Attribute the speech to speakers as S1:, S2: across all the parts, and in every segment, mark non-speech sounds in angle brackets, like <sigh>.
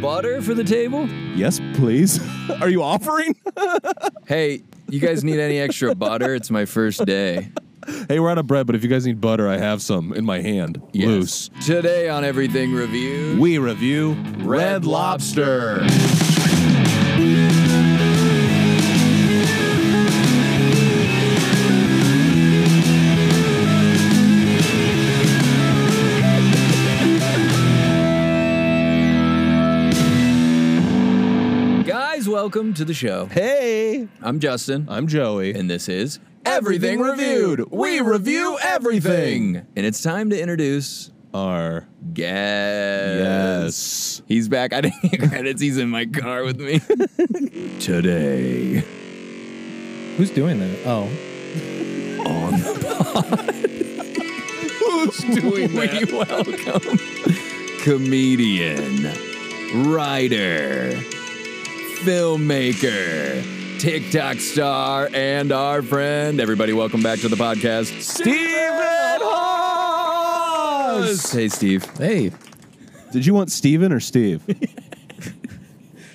S1: butter for the table?
S2: Yes, please. <laughs> Are you offering? <laughs>
S1: Hey, you guys need any extra butter? It's my first day.
S2: hey, we're out of bread, but if you guys need butter, I have some in my hand.
S1: Yes.
S2: Loose.
S1: Today on Everything Review,
S2: We review
S1: Red
S2: Lobster.
S1: guys, welcome to the show.
S2: Hey,
S1: I'm Justin,
S2: I'm Joey.
S1: and this is
S2: Uh, Everything Reviewed. We review everything.
S1: And it's time to introduce
S2: Our
S1: guest.
S2: yes.
S1: He's back. I didn't get credits. He's in my car with
S2: <laughs>
S1: me. Today
S3: Who's doing that? Oh,
S1: on
S2: Who's
S1: <laughs>
S2: doing
S1: We welcome comedian, writer, filmmaker, TikTok star, and our friend. Everybody, welcome back to the podcast,
S2: Steven Hawes.
S1: Hey, Steve.
S3: hey,
S2: Did you want Steven or Steve?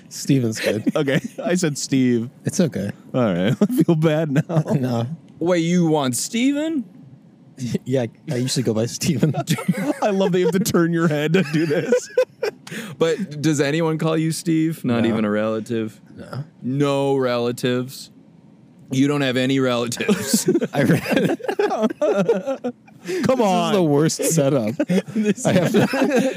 S3: Steven's good.
S2: okay, I said Steve.
S3: <laughs> It's okay.
S2: All right, <laughs> I feel bad now.
S3: No,
S1: Wait, you want Steven?
S3: yeah, I usually go by Steven.
S2: I love that you have to turn your head to do this.
S1: But does anyone call you Steve? Not
S3: No.
S1: even a relative?
S3: No.
S1: No relatives? You don't have any relatives.
S3: <laughs> I read this
S2: Come on.
S3: is the worst setup. I have to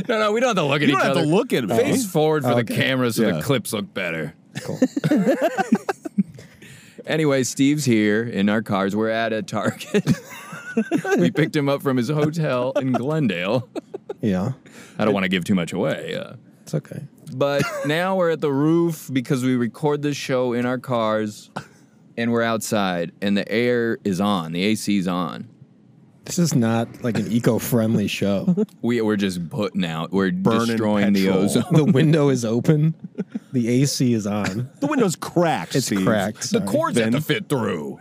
S1: <laughs> no, no, we don't have to look at
S2: you
S1: each
S2: don't have
S1: other.
S2: to look at me.
S1: Face forward for the
S3: Okay.
S1: camera so
S2: Yeah.
S1: the clips look better.
S3: Cool.
S1: <laughs> Anyway, Steve's here in our cars. We're at a Target. <laughs> we picked him up from his hotel in Glendale.
S3: Yeah,
S1: I don't want to give too much away. Uh,
S3: it's okay.
S1: but now we're at the roof because we record this show in our cars and we're outside and the air is on, the AC's on.
S3: This is not like an eco-friendly show. <laughs>
S1: We, we're just putting out, we're
S2: Burning
S1: destroying
S2: petrol.
S1: the ozone.
S3: The window is open. The AC is on.
S2: The window's cracked.
S3: It's
S2: Steve.
S3: cracked. sorry.
S2: Ben.
S1: fit through.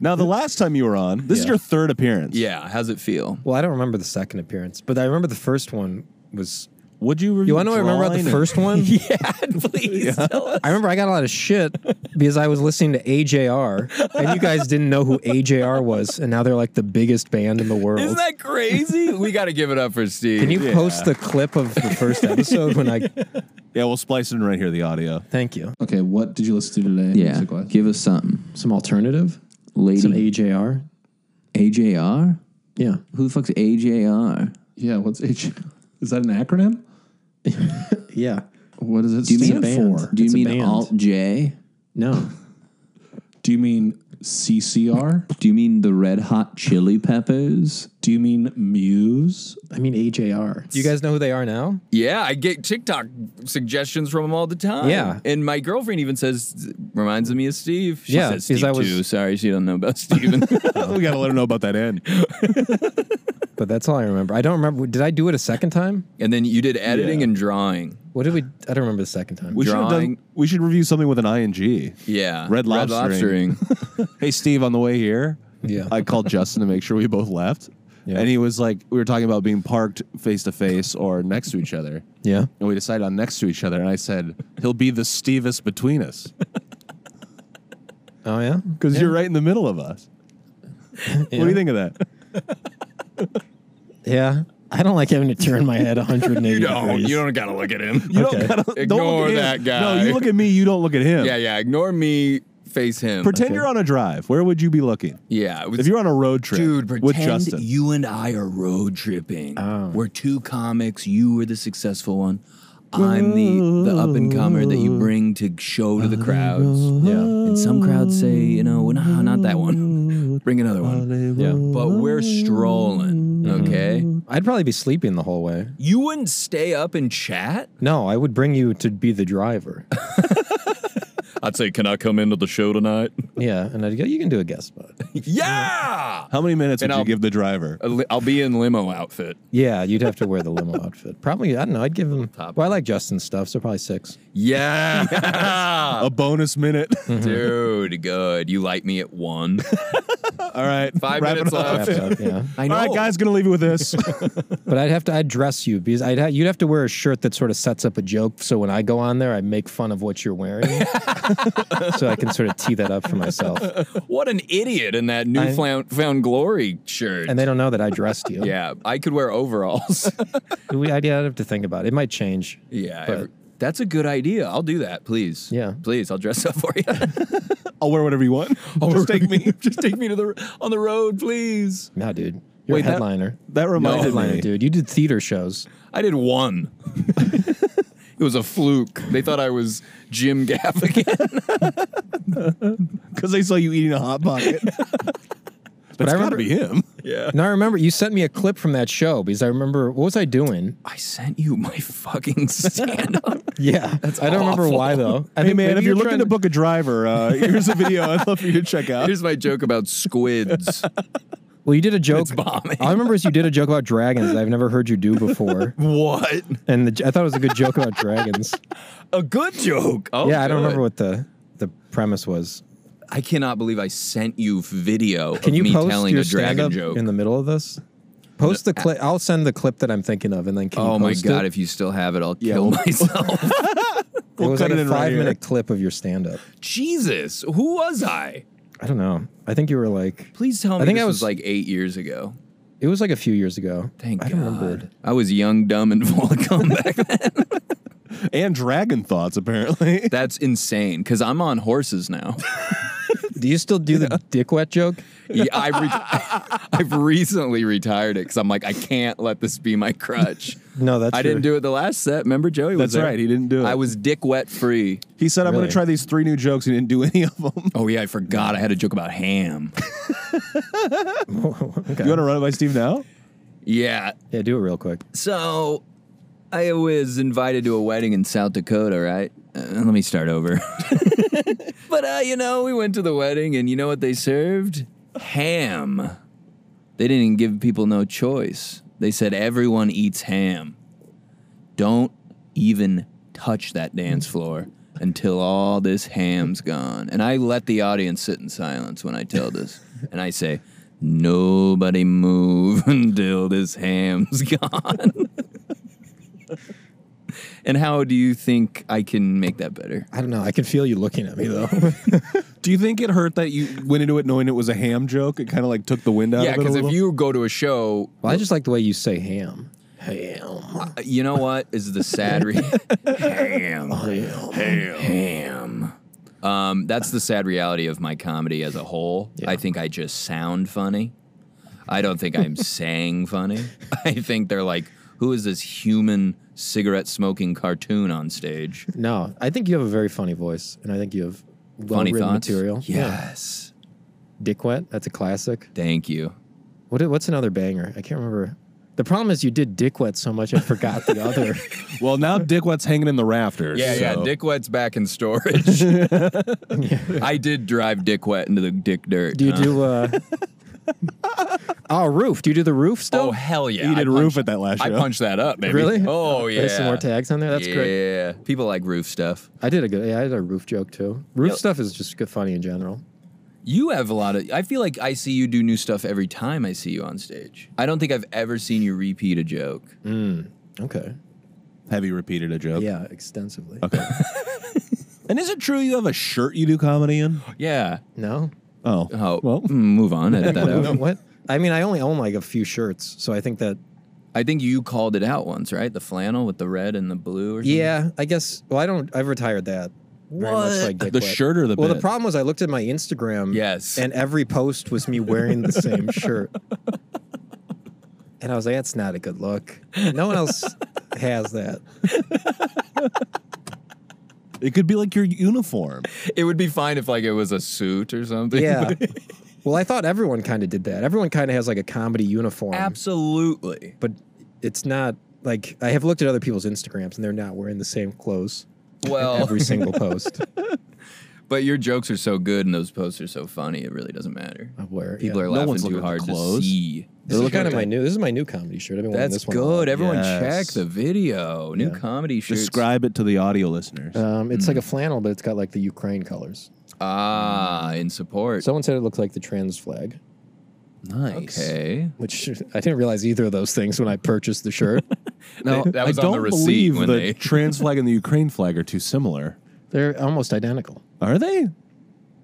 S2: Now, the last time you were on, this is
S3: Yeah.
S2: your third appearance.
S1: Yeah, how's it feel?
S3: Well, I don't remember the second appearance, but I remember the first one was.
S2: Would you?
S3: You want to know what I remember about the first <laughs> one?
S1: Yeah, please tell us.
S3: I remember I got a lot of shit because I was listening to AJR, and you guys didn't know who AJR was, and now they're like the biggest band in <laughs> the world.
S1: Isn't
S4: <laughs>
S1: that crazy? we got to give it up for Steve.
S3: Can you
S2: Yeah.
S3: post the clip of the first episode when I
S2: Yeah, we'll splice it in right here. The audio.
S3: thank you?
S5: Okay, what did you listen to today?
S4: Yeah.
S5: Music-wise?
S4: Give us something.
S3: Some alternative? Some
S4: Lady
S3: AJR?
S4: AJR?
S3: Yeah.
S4: Who the fuck's AJR?
S5: Yeah, what's H? Is that an acronym?
S3: Yeah.
S5: What does it
S4: you
S5: stand
S3: mean a band?
S5: for?
S4: Do you
S3: It's a
S4: mean
S3: band.
S4: Alt J?
S3: No.
S5: Do you mean CCR?
S4: Do you mean the Red Hot Chili Peppers?
S5: Do you mean Muse?
S3: I mean AJR. Do you guys know who they are now?
S1: Yeah, I get TikTok suggestions from him all the time.
S3: Yeah.
S1: and my girlfriend even says reminds me of Steve. She
S3: Yeah,
S1: says
S3: because
S1: Steve
S3: I was-
S1: too. Sorry, she don't know about
S4: <laughs>
S1: <laughs> Steven.
S2: we gotta let her know about that end.
S3: But that's all I remember. I don't remember. Did I do it a second time?
S1: and then you did editing
S2: Yeah.
S1: and drawing.
S3: What did we? I don't remember the second time.
S2: We should, have done,
S1: Drawing.
S2: we should review something with an ing.
S1: Yeah,
S2: Red lobstering. <laughs>
S1: lobstering.
S2: Hey, Steve, on the way here,
S3: Yeah.
S2: I called Justin to make sure we both left,
S3: Yeah.
S2: and he was like, we were talking about being parked face to face or next to each other,
S3: yeah.
S2: and we decided on next to each other, and I said he'll be the Stevest between us
S3: Oh yeah.
S2: because you're right in the middle of us. What do you think of that?
S3: Yeah. I don't like having to turn my head
S1: <laughs>
S3: 180
S1: you don't.
S3: degrees.
S1: You don't gotta look at him.
S2: You
S3: Okay.
S2: don't gotta,
S1: Ignore
S2: don't look at
S1: that
S2: him.
S1: guy.
S2: No, you look at me. You don't look at him.
S1: yeah, yeah. Ignore me. Face him.
S2: Pretend you're on a drive. Where would you be looking?
S1: yeah, it was-
S2: If you're on a road trip
S1: Dude,
S2: with
S1: pretend
S2: Justin,
S1: you and I are road tripping. We're two comics. You were the successful one. I'm the, the up and comer that you bring to show to the crowds.
S3: Yeah.
S1: And some crowds say, you know, nah, not that one. <laughs> Bring another one.
S3: Yeah.
S1: But we're strolling, okay?
S3: I'd probably be sleeping the whole way.
S1: You wouldn't stay up and chat?
S3: No, I would bring you to be the driver.
S1: I'd say, can I come into the show tonight?
S3: <laughs> Yeah, and I'd go, you can do a guest spot.
S1: <laughs> yeah.
S2: How many minutes
S1: And
S2: would
S1: I'll-
S2: you give the driver?
S1: A li- I'll be in limo outfit.
S3: Yeah, you'd have to wear the limo outfit. Probably, I don't know. I'd give him. Well, I like Justin's stuff, so probably six.
S1: Yeah. <laughs> Uh,
S2: A bonus minute. <laughs>
S1: Dude, good. You like me at one.
S2: All right.
S1: Five
S2: wrap it
S1: minutes
S2: up.
S1: left.
S3: Wrapped up, yeah.
S2: <laughs>
S1: I
S2: All right, guys, gonna leave you with this.
S3: But I'd have to. I'd dress you because I'd ha- you'd have to wear a shirt that sort of sets up a joke. So when I go on there, I make fun of what
S2: <laughs>
S3: you're wearing, so I can sort of tee that up for myself.
S1: What an idiot in that newfound found glory shirt.
S3: And they don't know that I dressed you.
S1: yeah, I could wear
S3: <laughs>
S1: overalls.
S3: we, I'd, I'd have to think about it. It might change.
S1: yeah.
S3: But-
S1: every- that's a good idea. I'll do that, please.
S3: Yeah.
S1: Please, I'll dress up for you.
S3: <laughs>
S1: <laughs>
S2: I'll wear whatever you want.
S1: Just take me just take me to the on the road, please.
S3: No, dude, you're
S2: Wait,
S3: a
S2: that-
S3: headliner.
S2: <laughs> That
S3: You're a
S2: reminded
S3: headliner,
S2: me.
S3: dude. You did theater shows.
S1: I did
S3: <laughs>
S1: one. it was a fluke. They thought I was Jim
S3: <laughs>
S1: Gaffigan.
S2: because they saw you eating a hot pocket. That's
S3: I
S2: got to
S3: remember-
S2: be him.
S1: yeah.
S3: Now I remember you sent me a clip from that show because I remember what was
S2: <laughs>
S3: I doing?
S1: I sent you my fucking stand up.
S3: Yeah, that's I don't remember
S1: awful.
S3: why though. I
S2: Hey man,
S3: think maybe
S2: if you're looking
S3: trying
S2: to book a driver, uh, here's a video I'd love for you to check out.
S1: Here's my joke about
S3: <laughs>
S1: squids.
S3: well, you did a joke.
S1: It's bombing.
S3: I remember is you did a joke about dragons that I've never heard you do
S1: <laughs>
S3: before,
S1: what?
S3: and the, I thought it was a good joke about dragons.
S1: A good joke. <laughs> Oh,
S3: yeah, I don't
S1: good.
S3: remember what the the premise was.
S1: I cannot believe I sent you video
S3: Can
S1: of
S3: you
S1: me
S3: post
S1: telling
S3: your
S1: a dragon
S3: stand-up
S1: joke.
S3: in the middle of this? Post the clip. I'll send the clip that I'm thinking of, and then can you
S1: oh my
S3: post
S1: god!
S3: It?
S1: If you still have it, I'll
S2: Yeah,
S1: kill
S2: we'll-
S1: <laughs> myself.
S3: <laughs> It was
S2: cut
S3: like
S2: it
S3: a
S2: in right
S3: five
S2: here.
S3: minute clip of your stand up.
S1: Jesus, who was I?
S3: I don't know. I think you were like
S1: Please tell me.
S3: I think
S1: this
S3: I
S1: was,
S3: was-
S1: like eight years ago.
S3: it was like a few years ago.
S1: Thank
S3: I
S1: God.
S3: don't remember.
S1: I was young, dumb, and <laughs> full of comeback.
S2: And dragon thoughts, apparently. <laughs>
S1: That's insane. Because I'm on horses
S3: <laughs>
S1: now.
S3: Do you still
S1: <laughs>
S3: do the dick wet joke?
S1: Yeah, I re- <laughs> I've recently retired it because I'm like I can't let this be my crutch.
S3: No, that's
S1: I didn't
S3: your-
S1: do it the last set. Remember, Joey was
S2: That's
S1: there?
S2: right, he didn't do it.
S1: I was dick wet free.
S2: He said, "I'm going
S3: Really?
S2: to try these three new jokes." He didn't do any of them.
S1: Oh yeah, I forgot. I had a joke about
S3: <laughs>
S1: ham.
S3: Okay.
S2: You want to run it by Steve now?
S1: yeah,
S3: yeah, do it real quick.
S1: So I was invited to a wedding in South Dakota, right? Uh, let me start over. <laughs> but uh, you know, we went to the wedding, and you know what they served? Ham. They didn't give people no choice. They said everyone eats ham. Don't even touch that dance floor until all this ham's gone. And I let the audience sit in silence when I tell this. and I say, nobody move <laughs> until this ham's <laughs> gone. and how do you think I can make that better?
S3: I don't know. I can feel you looking at
S1: <laughs>
S3: me though.
S2: Do you think it hurt that you went into it knowing it was a ham joke? It kind of like took the wind out
S1: Yeah,
S2: of it.
S1: because
S2: a
S1: if
S2: little?
S1: you go to a show,
S3: well, I just like the way you say ham. Ham.
S1: uh, you know what is the sad
S2: <laughs>
S1: re- ham,
S2: Oh,
S1: ham, ham. Um, that's the sad reality of my comedy as a whole. I think I just sound funny. I don't think
S2: <laughs>
S1: I'm saying funny. I think they're like, who is this human cigarette smoking cartoon on stage?
S3: No, I think you have a very funny voice, and I think you have well
S1: Funny
S3: written
S1: thoughts.
S3: material.
S1: Yes.
S3: Dickwet. That's a classic.
S1: Thank you.
S3: What, what's another banger? I can't remember. The problem is you did Dickwet so much I forgot
S1: <laughs>
S3: the other.
S2: well, now Dick Wet's hanging in the rafters.
S1: Yeah, yeah.
S2: so-
S1: Dick Wet's back in
S3: <laughs>
S1: storage. I did drive Dick Wet into the dick dirt.
S3: Do you
S1: huh?
S3: do
S1: <laughs>
S3: uh Oh, roof. Do you do the roof
S1: Oh
S3: still?
S1: hell yeah!
S2: He
S1: I
S2: did roof at that last
S1: I
S2: show.
S1: punched that up, baby.
S3: Really?
S1: Oh yeah.
S3: There's some more tags on there. That's
S1: yeah.
S3: great.
S1: People like roof stuff.
S3: I did a good yeah, I did a roof joke too. Roof
S1: Yep.
S3: stuff is just good funny in general.
S1: You have a lot of. I feel like I see you do new stuff every time I see you on stage. I don't think I've ever seen you repeat a joke.
S3: Mm. Okay.
S2: Have you repeated a joke?
S3: Yeah, extensively.
S2: And is it true you have a shirt you do comedy in?
S1: Yeah.
S3: No?
S2: Oh,
S1: Oh well,
S2: well,
S1: move on. Edit that
S3: <laughs>
S1: out.
S3: What? I mean, I only own like a few shirts, so I think that
S1: I think you called it out once, right? The flannel with the red and the blue, or something?
S3: Yeah, I guess. Well, I don't. I've retired that. Very much
S1: What?
S3: like Dick
S2: The
S3: Wet.
S2: shirt or the
S3: Well, the
S2: bit?
S3: problem was I looked at my Instagram.
S1: Yes.
S3: And every post was me wearing the same shirt. And I was like, that's not a good look. No one else has that.
S2: it could be like your uniform.
S1: It would be fine if like it was a suit or something.
S3: Yeah. Well, I thought everyone kind of did that. Everyone kind of has like a comedy
S1: <laughs>
S3: uniform.
S1: Absolutely.
S3: But it's not like I have
S1: Oh.
S3: looked at other people's Instagrams and they're not wearing the same clothes
S1: Well,
S3: every single post.
S1: But your jokes are so good and those posts are so funny, it really doesn't matter.
S3: I wear it,
S1: People
S3: yeah.
S1: are
S3: No
S1: laughing
S2: one's looking
S1: too
S2: at the
S1: hard to
S2: clothes.
S1: see.
S3: They're looking at my new. This is my new comedy shirt. I've been wearing
S1: That's
S3: this one. a lot.
S1: good. Everyone, check
S2: Yes.
S1: the video. New comedy shirts.
S2: Describe it to the audio listeners.
S1: Uh,
S3: Um, it's like a flannel, but it's got like the Ukraine colors.
S1: ah, in support.
S3: Someone said it looked like the trans flag,
S2: nice.
S1: okay.
S3: which <laughs> I didn't realize either of those things when I purchased the <laughs> shirt.
S2: Now,
S1: That was
S2: I
S1: on the
S2: don't
S1: receipt
S2: believe
S1: when
S2: the
S1: they- <laughs>
S2: trans flag and the Ukraine flag are too similar.
S3: They're almost identical.
S2: Are they?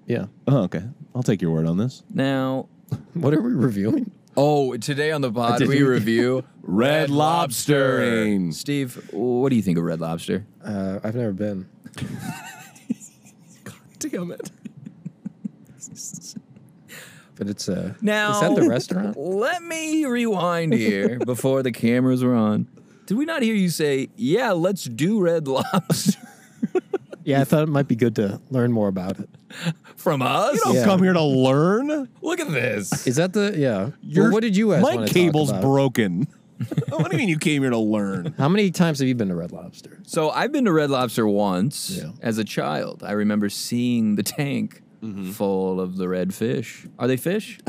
S3: Yeah.
S2: Oh, okay. I'll take your word on this.
S1: Now,
S3: What are we reviewing?
S1: oh, today on the pod
S3: did-
S1: we
S2: <laughs>
S1: review
S2: Red Lobstering.
S1: Steve, what do you think of Red Lobster?
S3: Uh, I've never been.
S1: <laughs> Damn it.
S3: But it's uh,
S1: Now,
S3: is that the restaurant?
S1: Let me rewind
S2: <laughs>
S1: here before the cameras were on. Did we not hear you say, "Yeah, let's do Red <laughs> Lobster"?
S3: Yeah, I thought it might be good to learn more about it.
S1: From us?
S2: You don't
S3: Yeah.
S2: come here to learn.
S1: Look at this.
S3: Is that the yeah?
S2: Your-
S3: well, what did you guys
S2: My
S3: wanna talk
S2: cable's
S3: about?
S2: broken. Oh, what do you mean you came here to learn?
S3: How many times have you been to Red Lobster?
S1: So I've been to Red Lobster once
S3: Yeah.
S1: as a child. I remember seeing the tank full of the red fish. Are they fish?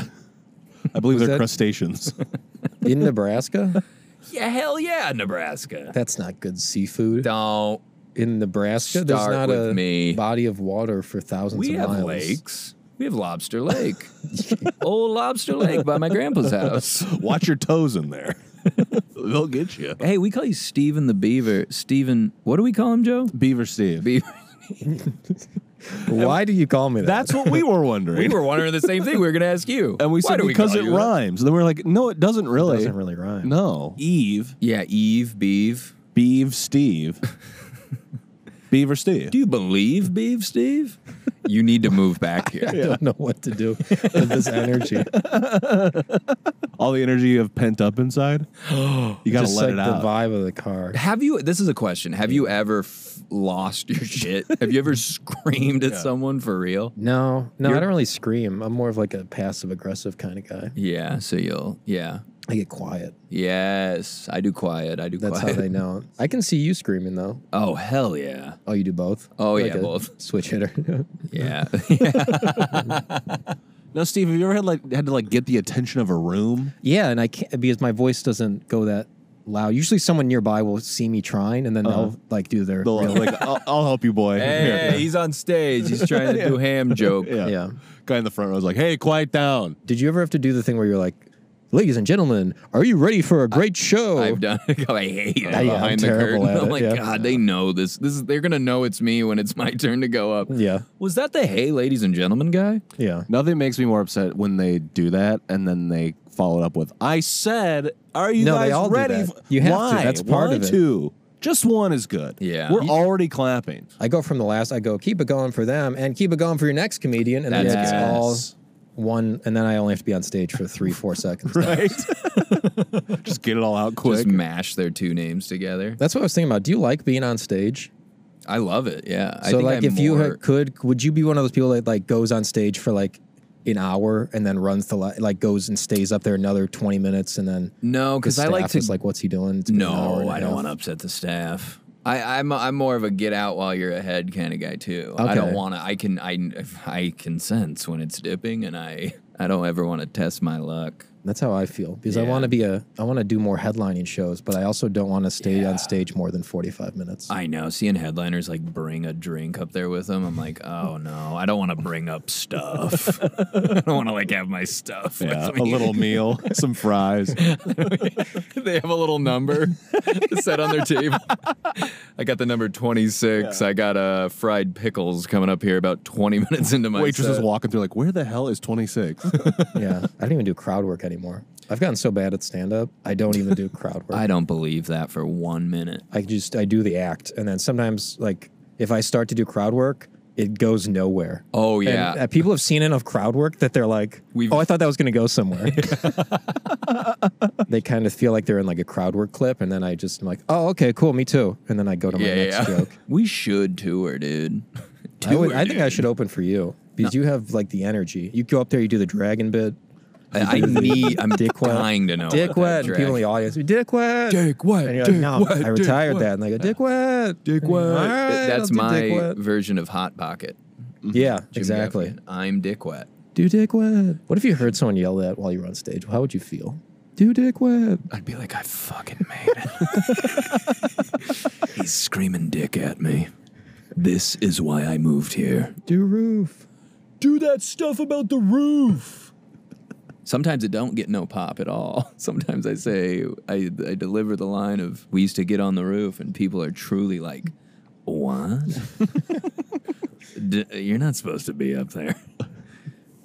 S2: I believe they're
S3: that-
S2: crustaceans. <laughs>
S1: <laughs>
S3: In Nebraska?
S1: yeah, hell yeah, Nebraska.
S3: That's not good seafood.
S1: Don't.
S3: In Nebraska,
S1: Start
S3: there's not
S1: with
S3: a
S1: me.
S3: body of water for thousands
S1: We
S3: of
S1: have
S3: miles.
S1: lakes. We have Lobster Lake. <laughs> Old Lobster Lake by my grandpa's <laughs> house.
S2: Watch your toes in there. <laughs> They'll get you.
S1: Hey, we call you Steven the Beaver. Steven, what do we call him, Joe?
S2: Beaver Steve.
S1: Beaver.
S3: Why do you call me that?
S2: That's what we were wondering.
S1: We were wondering the same thing. We were going to ask you.
S2: and we
S1: Why
S2: said
S1: do
S2: because
S1: call
S2: it
S1: you that?
S2: rhymes. Then we are like, no, it doesn't really.
S3: doesn't really rhyme.
S2: No. Eve,
S1: Yeah, Eve, Beeve.
S2: Beeve Steve. Beaver Steve.
S1: Do you believe Beeve, Steve? You need to move back here.
S3: I don't know what to do
S1: <laughs>
S3: with this energy.
S2: All the energy you have pent up inside. You gotta
S3: Just
S2: let
S3: like
S2: it
S3: the
S2: out.
S3: vibe of the car.
S1: Have you? This is a question. Have you ever f- lost your shit? Have
S3: <laughs>
S1: you ever screamed at someone for real?
S3: No, no, I don't really scream. I'm more of like a passive aggressive kind of guy.
S1: Yeah. So you'll. Yeah.
S3: I get quiet.
S1: Yes, I do quiet. I do
S3: That's
S1: quiet.
S3: how they know. I can see you screaming though.
S1: Oh hell yeah.
S3: Oh, you do both?
S1: Oh, yeah,
S3: a
S1: both.
S3: Switch hitter. <laughs>
S1: Yeah. <laughs>
S2: Now, Steve, have you ever had like had to like get the attention of a room?
S3: yeah, and I can't because my voice doesn't go that loud. Usually someone nearby will see me trying and then
S1: Uh-huh.
S3: they'll like do their
S2: They'll
S3: <laughs> real-
S2: like, I'll, I'll help you, boy. <laughs>
S1: hey, he's on stage. He's trying <laughs> to do ham joke.
S2: Yeah.
S3: Yeah.
S2: Guy in the front row is like, hey, quiet down.
S3: Did you ever have to do the thing where you're like, ladies and gentlemen, are you ready for a great show?
S1: I've done. <laughs> it. I hate it
S3: I'm
S1: behind the
S3: terrible
S1: curtain.
S3: at
S1: I'm
S3: it,
S1: like,
S3: yeah.
S1: God, they know this. This is. They're gonna know it's me when it's my turn to go up.
S3: yeah.
S1: Was that the hey, ladies and gentlemen guy?
S3: Yeah.
S2: Nothing makes me more upset when they do that and then they follow it up with, I said, are you
S3: No, they
S2: guys
S3: all do
S2: ready?
S3: that.
S2: f-
S3: You have to.
S2: Why?
S3: That's part
S2: Why
S3: of it.
S2: two? Just one is good.
S1: Yeah.
S2: We're
S1: You-
S2: already clapping.
S3: <laughs> I go from the last, I go, keep it going for them and keep it going for your next comedian. And then
S1: That's
S3: it's
S1: good.
S3: all one. And then I only have to be on stage for three, four
S1: <laughs>
S3: seconds.
S2: Right? <laughs> Just get it all out quick.
S1: Just mash their two names together.
S3: That's what I was thinking about. Do you like being on stage?
S1: I love it. Yeah. I
S3: so,
S1: think
S3: like,
S1: I'm
S3: if you
S1: more-
S3: had, could, would you be one of those people that like goes on stage for like an hour and then runs the li- like goes and stays up there another twenty minutes and then
S1: no,
S3: the
S1: because I
S3: staff
S1: like to.
S3: is like, what's he doing? It's been an hour
S1: no,
S3: and a
S1: I don't
S3: half."
S1: want to upset the staff. I, I'm I'm more of a get out while you're ahead kind of guy too. I don't
S3: Okay.
S1: want to. I can I I can sense when it's dipping, and I I don't ever want to test my luck.
S3: That's how I feel because I
S1: Yeah.
S3: want to be a I want to do more headlining shows, but I also don't want to stay on stage more than 45 minutes.
S1: I know. Seeing headliners like bring a drink up there with them, I'm like, oh no, I don't want to bring up stuff. <laughs> I don't want to like have my stuff. with
S2: Yeah,
S1: me.
S2: a little
S3: <laughs>
S2: meal, some fries.
S1: <laughs> they have a little number <laughs> set on their table. <laughs> I got the number 26. I got uh, fried pickles coming up here about 20 <laughs> minutes into my
S2: Waitress is
S1: set.
S2: walking through like, where the hell is
S3: <laughs>
S2: 26?
S3: yeah, I don't even do crowd work anymore. I've gotten so bad at stand up, I don't even do crowd work.
S1: <laughs> I
S3: I,
S1: don't believe that for one minute.
S3: just I do the act, and then sometimes like if I start to do crowd work, it goes nowhere.
S1: Oh
S3: And,
S1: yeah,
S3: uh, people have seen enough crowd work that they're like,
S1: We've-
S3: "Oh, I thought that was going to go
S1: <laughs>
S3: somewhere." they kind of feel like they're in like a crowd work clip, and then I just am like, "Oh, okay, cool, me too." And then I go to my
S1: yeah, yeah.
S3: next joke.
S1: <laughs> We should tour, dude.
S3: <laughs> I, would,
S1: Tour,
S3: I think I
S1: dude.
S3: should open for you because you have like the energy. You go up there, you do the dragon bit,
S1: I I need. I'm
S3: dick wet,
S1: dying to know. what
S3: dick
S1: that
S3: wet, and people in
S1: drag-
S3: the audience, dick wet,
S1: Dick wet,
S3: And you're like,
S1: dick
S3: no,
S1: wet,
S3: I
S1: dick
S3: retired
S1: wet."
S3: that, and they go, dick wet,
S1: Dick wet.
S3: All right,
S1: That's
S3: I'll do dick
S1: my
S3: wet.
S1: version of hot pocket.
S3: Yeah,
S1: Jim
S3: exactly.
S1: Gaffigan, I'm Dick Wet.
S2: Do dick wet.
S3: What if you heard someone yell that while you were on stage? How would you feel?
S2: Do dick wet.
S1: I'd be like, I fucking made it. He's screaming dick at me. This is why I moved here.
S3: Do roof.
S2: Do that stuff about the roof.
S1: Sometimes it don't get no pop at all. <laughs> Sometimes I say I, I deliver the line of we used to get on the roof and people are truly like, what? <laughs> D- you're not supposed to be up there.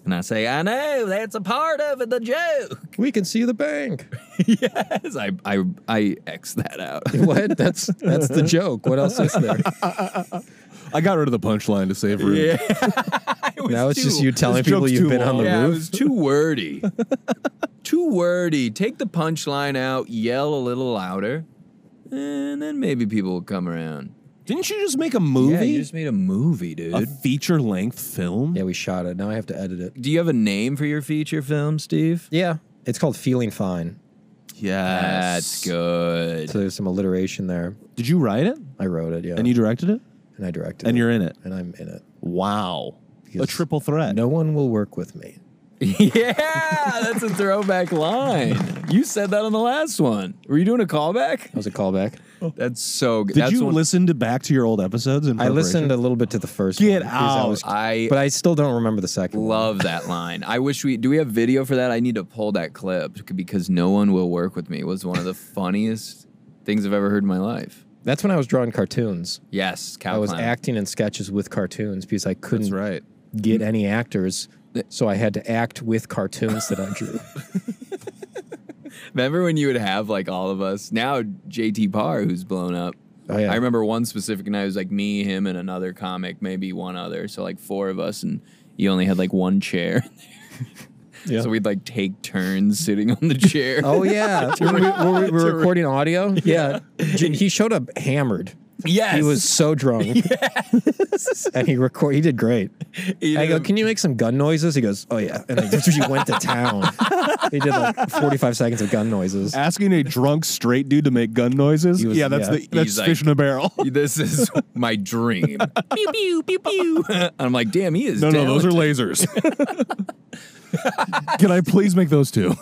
S1: And I say, I know that's a part of it, the joke. <laughs>
S3: We can see the bank. <laughs>
S1: As I I I x that out. <laughs>
S3: What? That's that's the joke. What else is there?
S2: I got rid of the punchline to save room.
S3: now it's just
S1: too-
S3: you telling
S2: this
S3: people
S2: joke's
S3: you've
S2: too
S3: been on
S2: long.
S3: the
S1: yeah, it
S3: roof.
S1: was too
S3: <laughs>
S1: wordy. too wordy. Take the punchline out, yell a little louder, and then maybe people will come around.
S2: Didn't you just make a movie?
S1: Yeah, you just made a movie, dude.
S2: a feature length film?
S3: Yeah, we shot it. Now I have to edit it.
S1: Do you have a name for your feature film, Steve?
S3: Yeah, it's called Feeling Fine.
S1: That's good. <laughs>
S3: So there's some alliteration there.
S2: Did you write it?
S3: I wrote it. Yeah,
S2: And you directed it?
S3: and I directed.
S2: And
S3: it.
S2: you're in it.
S3: and I'm in it.
S2: Wow. A
S3: Yes.
S2: triple threat.
S3: No one will work with me.
S1: yeah, that's a throwback line. You said that on the last one. Were you doing a callback?
S3: That was a callback.
S2: Oh.
S1: That's so good.
S2: Did
S1: that's
S2: you
S1: one-
S2: listen to back to your old episodes? In
S3: I listened a
S2: preparation?
S3: little bit to the first.
S2: Get
S3: one because I
S2: out.
S3: was-
S1: I
S3: but I still don't remember the second. one.
S1: Love that line. I wish we do we have video for that? I need to pull that clip c- because no one will work with me was one of the funniest things I've ever heard in my life.
S3: That's when I was drawing cartoons.
S1: Yes, cow
S3: I was
S1: clown.
S3: acting in sketches with cartoons because I couldn't
S2: That's right.
S3: get any actors, so I had to act with cartoons that
S2: <laughs>
S3: I drew.
S1: Remember when you would have like all of us? Now JT Parr who's blown up.
S3: Oh, yeah.
S1: I remember one specific night it was like me, him and another comic, maybe one other, so like four of us and you only had like one chair.
S3: <laughs> Yeah.
S1: So we'd like take turns sitting on the chair.
S3: <laughs> Oh yeah, when we, when we
S1: To re-
S3: were recording audio. Yeah, J- he showed up hammered.
S1: yes.
S3: He was so drunk,
S1: <laughs>
S3: and he record. He did great.
S1: He
S3: I
S1: did
S3: go,
S1: a-
S3: can you make some gun noises? He goes, oh yeah, and then just he went
S1: <laughs>
S3: to town. He did like forty-five seconds of gun noises.
S2: Asking a drunk straight dude to make gun noises.
S3: He was-
S2: yeah, that's
S3: yeah.
S2: the that's
S1: He's like-
S2: fish in a barrel.
S1: <laughs> this is my
S3: <laughs>
S1: dream. pew pew pew pew. <laughs> I'm like, damn, he is.
S2: No, no, those are
S1: talented.
S2: lasers. <laughs> Can I please make those two?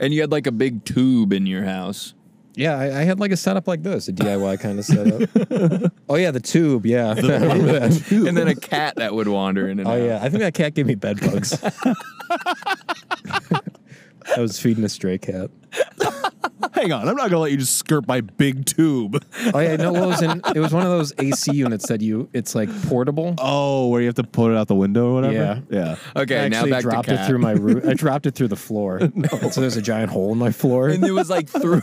S1: And you had like a big tube in your house.
S3: Yeah, I, I had like a setup like this, a DIY kind of setup. <laughs> oh yeah, the tube. Yeah, I remember that.
S1: And then a cat that would wander in and
S3: <laughs> Oh
S1: out.
S3: yeah, I think that cat gave me bed <laughs> bugs. I was feeding a stray cat.
S2: Hang on, I'm not gonna let you just skirt my big tube.
S3: Oh yeah, no, what was in? It was one of those AC units that you. It's like portable.
S2: <laughs> Oh, where you have to put it out the window or whatever. Yeah,
S1: Okay,
S3: I
S1: now
S3: actually
S1: back
S3: dropped
S1: to
S3: it
S1: cat.
S3: through my roof. I dropped it through
S1: <laughs>
S3: the floor. And so there's a giant hole in my floor,
S1: and <laughs> it was like through.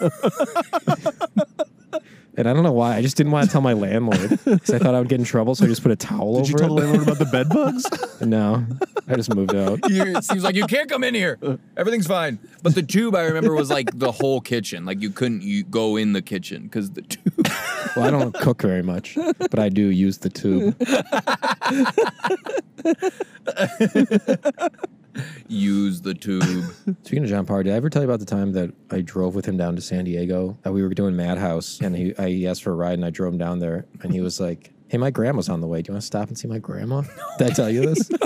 S3: and I don't know why. I just didn't want to tell my landlord because I thought I would get in trouble. So I just put a towel
S2: Did you
S3: over
S2: tell the
S3: it.
S2: landlord about the bed bugs?
S3: no, I just moved out.
S1: you- It seems like you can't come in here. Everything's fine. But the tube I remember was like the whole kitchen. Like you couldn't you go in the kitchen because the tube.
S3: Well, I don't cook very much, but I do use the tube.
S1: Use the tube.
S3: Speaking of John Parr, did I ever tell you about the time that I drove with him down to San Diego? That we were doing Madhouse, and he I asked for a ride, and I drove him down there, and he was like, "Hey, my grandma's on the way. Do you want to stop and see
S2: <laughs>
S3: my grandma?" Did I tell you this? <laughs>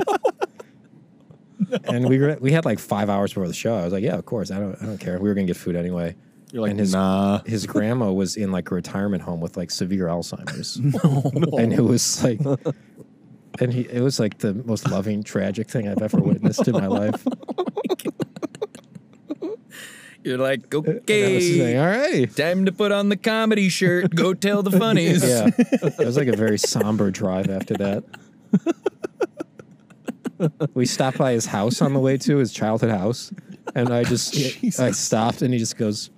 S3: And we were, we had like five hours before the show. I was like, "Yeah, of course. I don't I don't care. We were gonna get food anyway."
S2: You're like,
S3: and his
S2: nah. <laughs>
S3: his grandma was in like a retirement home with like
S2: <laughs>
S3: severe Alzheimer's, and it was like. And he, it was like the most loving, tragic thing I've ever witnessed in my life.
S1: You're <laughs> like,
S3: And I was just
S1: okay,
S3: like, all righty.
S1: time to put on the comedy shirt. Go tell the funnies.
S3: Yeah, <laughs> it was like a very somber drive after that. We stopped by his house on the way to his childhood house, and
S2: <laughs>
S3: I just I stopped, and he just goes,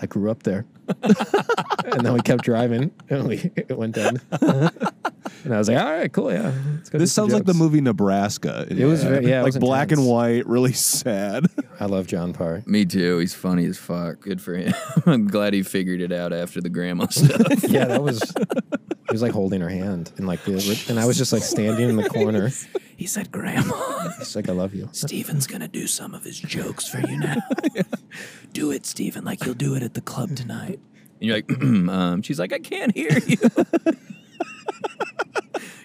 S3: "I grew up there," <laughs> and then we kept driving, and we it went down, and I was like, "All right, cool, yeah." Let's go do
S2: This
S3: some
S2: sounds like the
S3: jokes."
S2: movie Nebraska. It
S3: was very- yeah, it
S2: like
S3: was
S2: black
S3: intense.
S2: and white, really <laughs> sad.
S3: I love John Parr.
S2: <laughs>
S1: Me too. He's funny as fuck. Good for him. <laughs> I'm glad he figured it out after the grandma <laughs> stuff.
S3: Yeah, that was. He was like holding her hand, and like the, and I was just like standing in
S2: <laughs>
S3: the corner.
S1: he said, Grandma,
S3: He's like, "I love you."
S1: Steven's going to do some of his jokes for you <laughs> now. Do it, Steven, like you'll do it at the club <clears throat> tonight. And you're like, um, she's like, I can't hear you.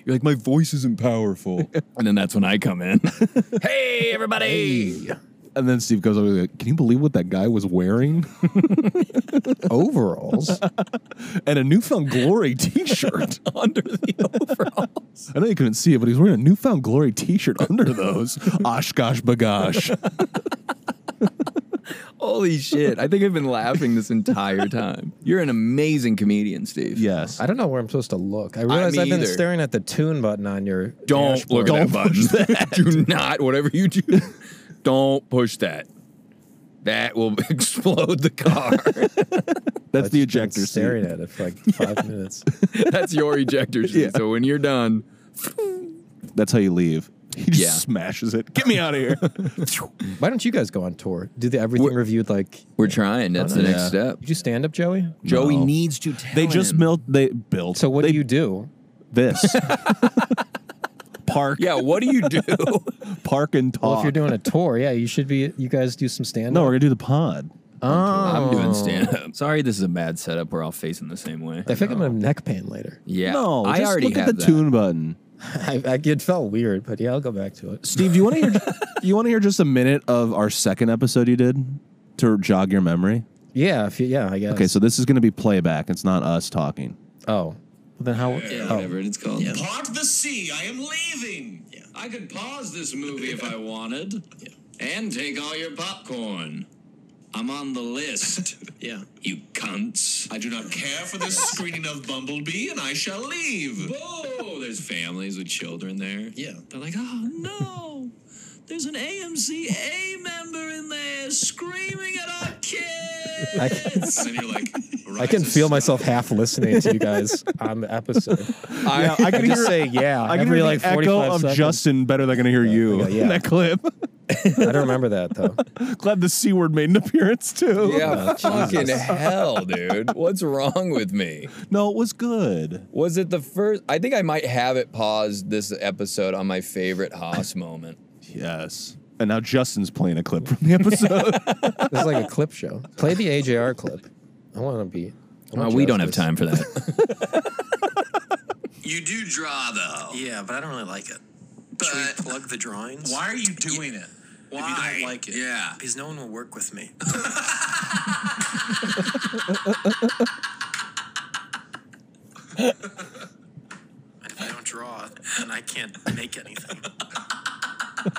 S1: You're like, my voice isn't powerful. and then that's when I come in. <laughs> hey, everybody.
S2: And then Steve goes over. Like, Can you believe what that guy
S1: <laughs>
S2: was wearing?
S3: Overalls.
S2: and a newfound glory T-shirt.
S1: <laughs> Under the overalls.
S2: I know you couldn't see it, but he's wearing a newfound glory T-shirt under those.
S1: <laughs>
S2: Oshkosh bagosh.
S1: Holy shit. I think I've been laughing this entire time. You're an amazing comedian, Steve.
S2: Yes.
S3: I don't know where I'm supposed to look. I realize
S1: me
S3: I've been
S1: either.
S3: staring at the tune button on your.
S1: Don't
S3: dashboard.
S1: look at that button. <laughs> do not, whatever you do, don't push that. That will <laughs> explode the <laughs> car.
S2: That's the
S3: I've been
S2: ejector
S3: Staring
S2: seat.
S3: at it for like five minutes.
S1: That's your ejector seat. So when you're done,
S2: That's how you leave. He just
S1: Yeah.
S2: smashes it. Get me
S1: <laughs>
S2: out of here.
S3: Why don't you guys go on tour? Do the everything reviewed like?
S1: we're trying. That's the next
S2: Yeah.
S1: step.
S3: Did you stand up, Joey?
S1: Joey
S2: No.
S1: needs to tell
S2: they just
S1: him.
S2: built. They built.
S3: So what
S2: they
S3: do you do?
S1: <laughs>
S2: this park
S1: Yeah, what do you do?
S2: park and talk.
S3: Well, if you're doing a tour, yeah, you should be. You guys do some stand
S2: no,
S3: up.
S2: we're gonna do the pod.
S1: <laughs> I'm doing stand up. Sorry, this is a bad setup. We're all facing the same way.
S3: I think I'm gonna have neck pain later.
S1: Yeah,
S2: No,
S1: I
S2: just
S1: already
S2: look
S1: have
S2: at the
S1: that.
S2: tune button.
S3: <laughs> I, I, it felt weird, but yeah, I'll go back to it.
S2: Steve, do you want to <laughs> hear? you want to hear just a minute of our second episode you did to jog your memory?
S3: Yeah, if you, yeah, I guess.
S2: Okay, so this is gonna be playback. It's not us talking.
S3: oh, well, then how? oh.
S4: it's called.
S6: Part the sea. I am leaving. I could pause this movie if I <laughs> wanted. And take all your popcorn. I'm on the list. <laughs> yeah. You cunts. I do not care for <laughs> this screening of Bumblebee, and I shall leave. Whoa! There's families with children there. Yeah. They're like, oh no! There's an AMCA member in there screaming at our kids.
S3: I can,
S6: and you're like,
S3: I can feel myself half listening to you guys <laughs> on the episode.
S1: I,
S2: <laughs> I can
S3: <laughs> Just say yeah.
S2: I can
S3: every
S2: hear
S3: like
S2: the echo
S3: 45
S2: of
S3: seconds.
S2: Justin better than I can hear you
S3: okay, yeah.
S2: in that clip. <laughs>
S3: I don't remember that though.
S2: Glad the C word made an appearance too.
S1: yeah, fucking hell, dude. What's wrong with me?
S2: No, it was good.
S1: Was it the first? I think I might have it paused this episode on my favorite Haas moment.
S2: Yes. And now Justin's playing a clip from the
S3: <laughs>
S2: episode.
S3: This is like a clip show. Play the AJR clip. I want to be. I want justice.
S1: for that.
S6: You do draw though.
S7: Yeah, but I don't really like it. Should
S6: But
S7: we plug the drawings?
S6: why are you doing it?
S7: Why? If you don't like it.
S6: Yeah.
S7: Because no one will work with
S6: <laughs>
S7: me. if I don't draw, then I can't make anything.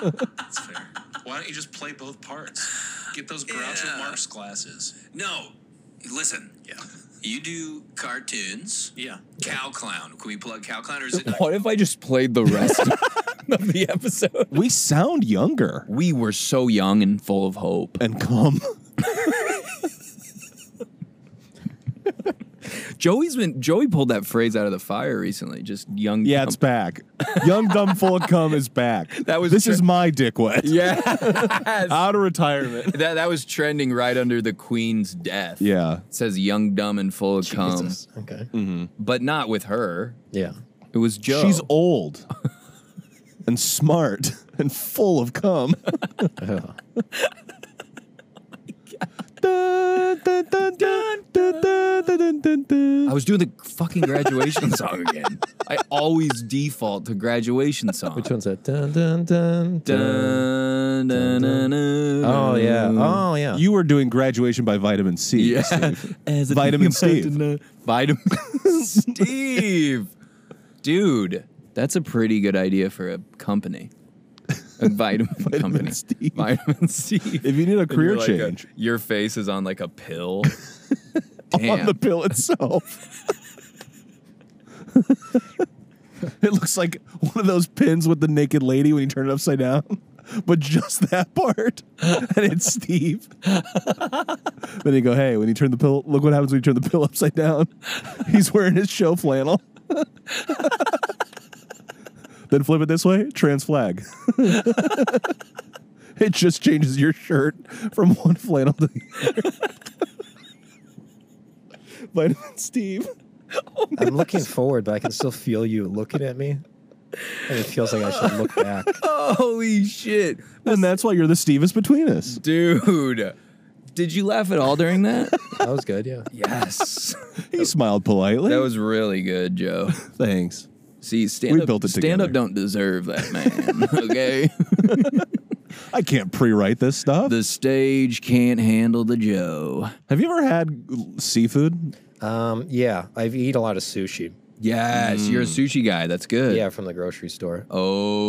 S7: That's fair.
S6: Why don't you just play both parts? Get those Groucho
S7: Yeah.
S6: Marx glasses. No, listen. Yeah. You do cartoons.
S7: Yeah.
S6: Cow clown. Can we plug cow clown or is it not?
S1: what if I just played the rest of the episode?
S2: we sound younger
S1: We were so young and full of hope.
S2: and come.
S1: Joey's been Joey pulled that phrase out of the fire recently. Just young.
S2: Yeah, it's
S1: dumb-
S2: back. Young dumb full of cum is back.
S1: <laughs> That was
S2: this
S1: true.
S2: is my dick wet.
S1: yeah.
S2: Out
S1: <laughs>
S2: of retirement.
S1: that that was trending right under the Queen's death.
S2: Yeah.
S1: It says young, dumb, and full of cum,
S3: Jesus. Okay.
S1: hmm. but not with her.
S3: Yeah.
S1: It was Joe.
S2: She's old and smart and full
S1: <laughs>
S2: of cum.
S3: Ugh.
S2: Dun, dun, dun, dun, dun, dun, dun, dun, dun.
S1: I was doing the fucking graduation song again. I always default to graduation song.
S3: <laughs> Which one's that? Dun dun dun
S1: Dun,
S3: dun.
S1: dun, dun, dun.
S3: Oh yeah. Oh yeah.
S2: You were doing graduation by vitamin C.
S1: Yeah. <laughs>
S2: Steve.
S1: As a
S2: Vitamin
S1: thing
S2: Steve.
S1: about the- Vitamin Steve. Dude, that's a pretty good idea for a company. A vitamin, company.
S2: Steve.
S1: Vitamin Steve.
S2: If you need a
S1: And you're
S2: career
S1: like a-
S2: change
S1: your face is on like a pill.
S2: <laughs> on
S1: Damn.
S2: the pill itself. <laughs> it looks like one of those pins with the naked lady when you turn it upside down, <laughs> but just that part. <laughs> and it's Steve. <laughs> then you go, hey, when you turn the pill, look what happens when you turn the pill upside down. <laughs> He's wearing his show flannel. <laughs> then flip it this way, trans flag. <laughs> it just changes your shirt from one flannel to the <laughs> other. Vitamin Steve.
S3: I'm looking forward, but I can still feel you looking at me, and it feels like I should look back.
S1: Holy shit.
S2: And that's why you're the Stevest between us.
S1: Dude. Did you laugh at all during
S2: <laughs>
S1: that?
S3: That was good. Yeah.
S1: yes.
S2: He smiled politely.
S1: That was really good, Joe.
S2: Thanks.
S1: See, stand up,
S2: built it
S1: stand up
S2: together.
S1: don't deserve that man.
S2: <laughs>
S1: Okay,
S2: I can't pre-write this stuff.
S1: the stage can't handle the Joe.
S2: Have you ever had seafood?
S3: Um, yeah, I eat a lot of sushi.
S1: Yes, you're a
S2: Mm.
S1: sushi guy. That's good.
S3: Yeah, from the grocery store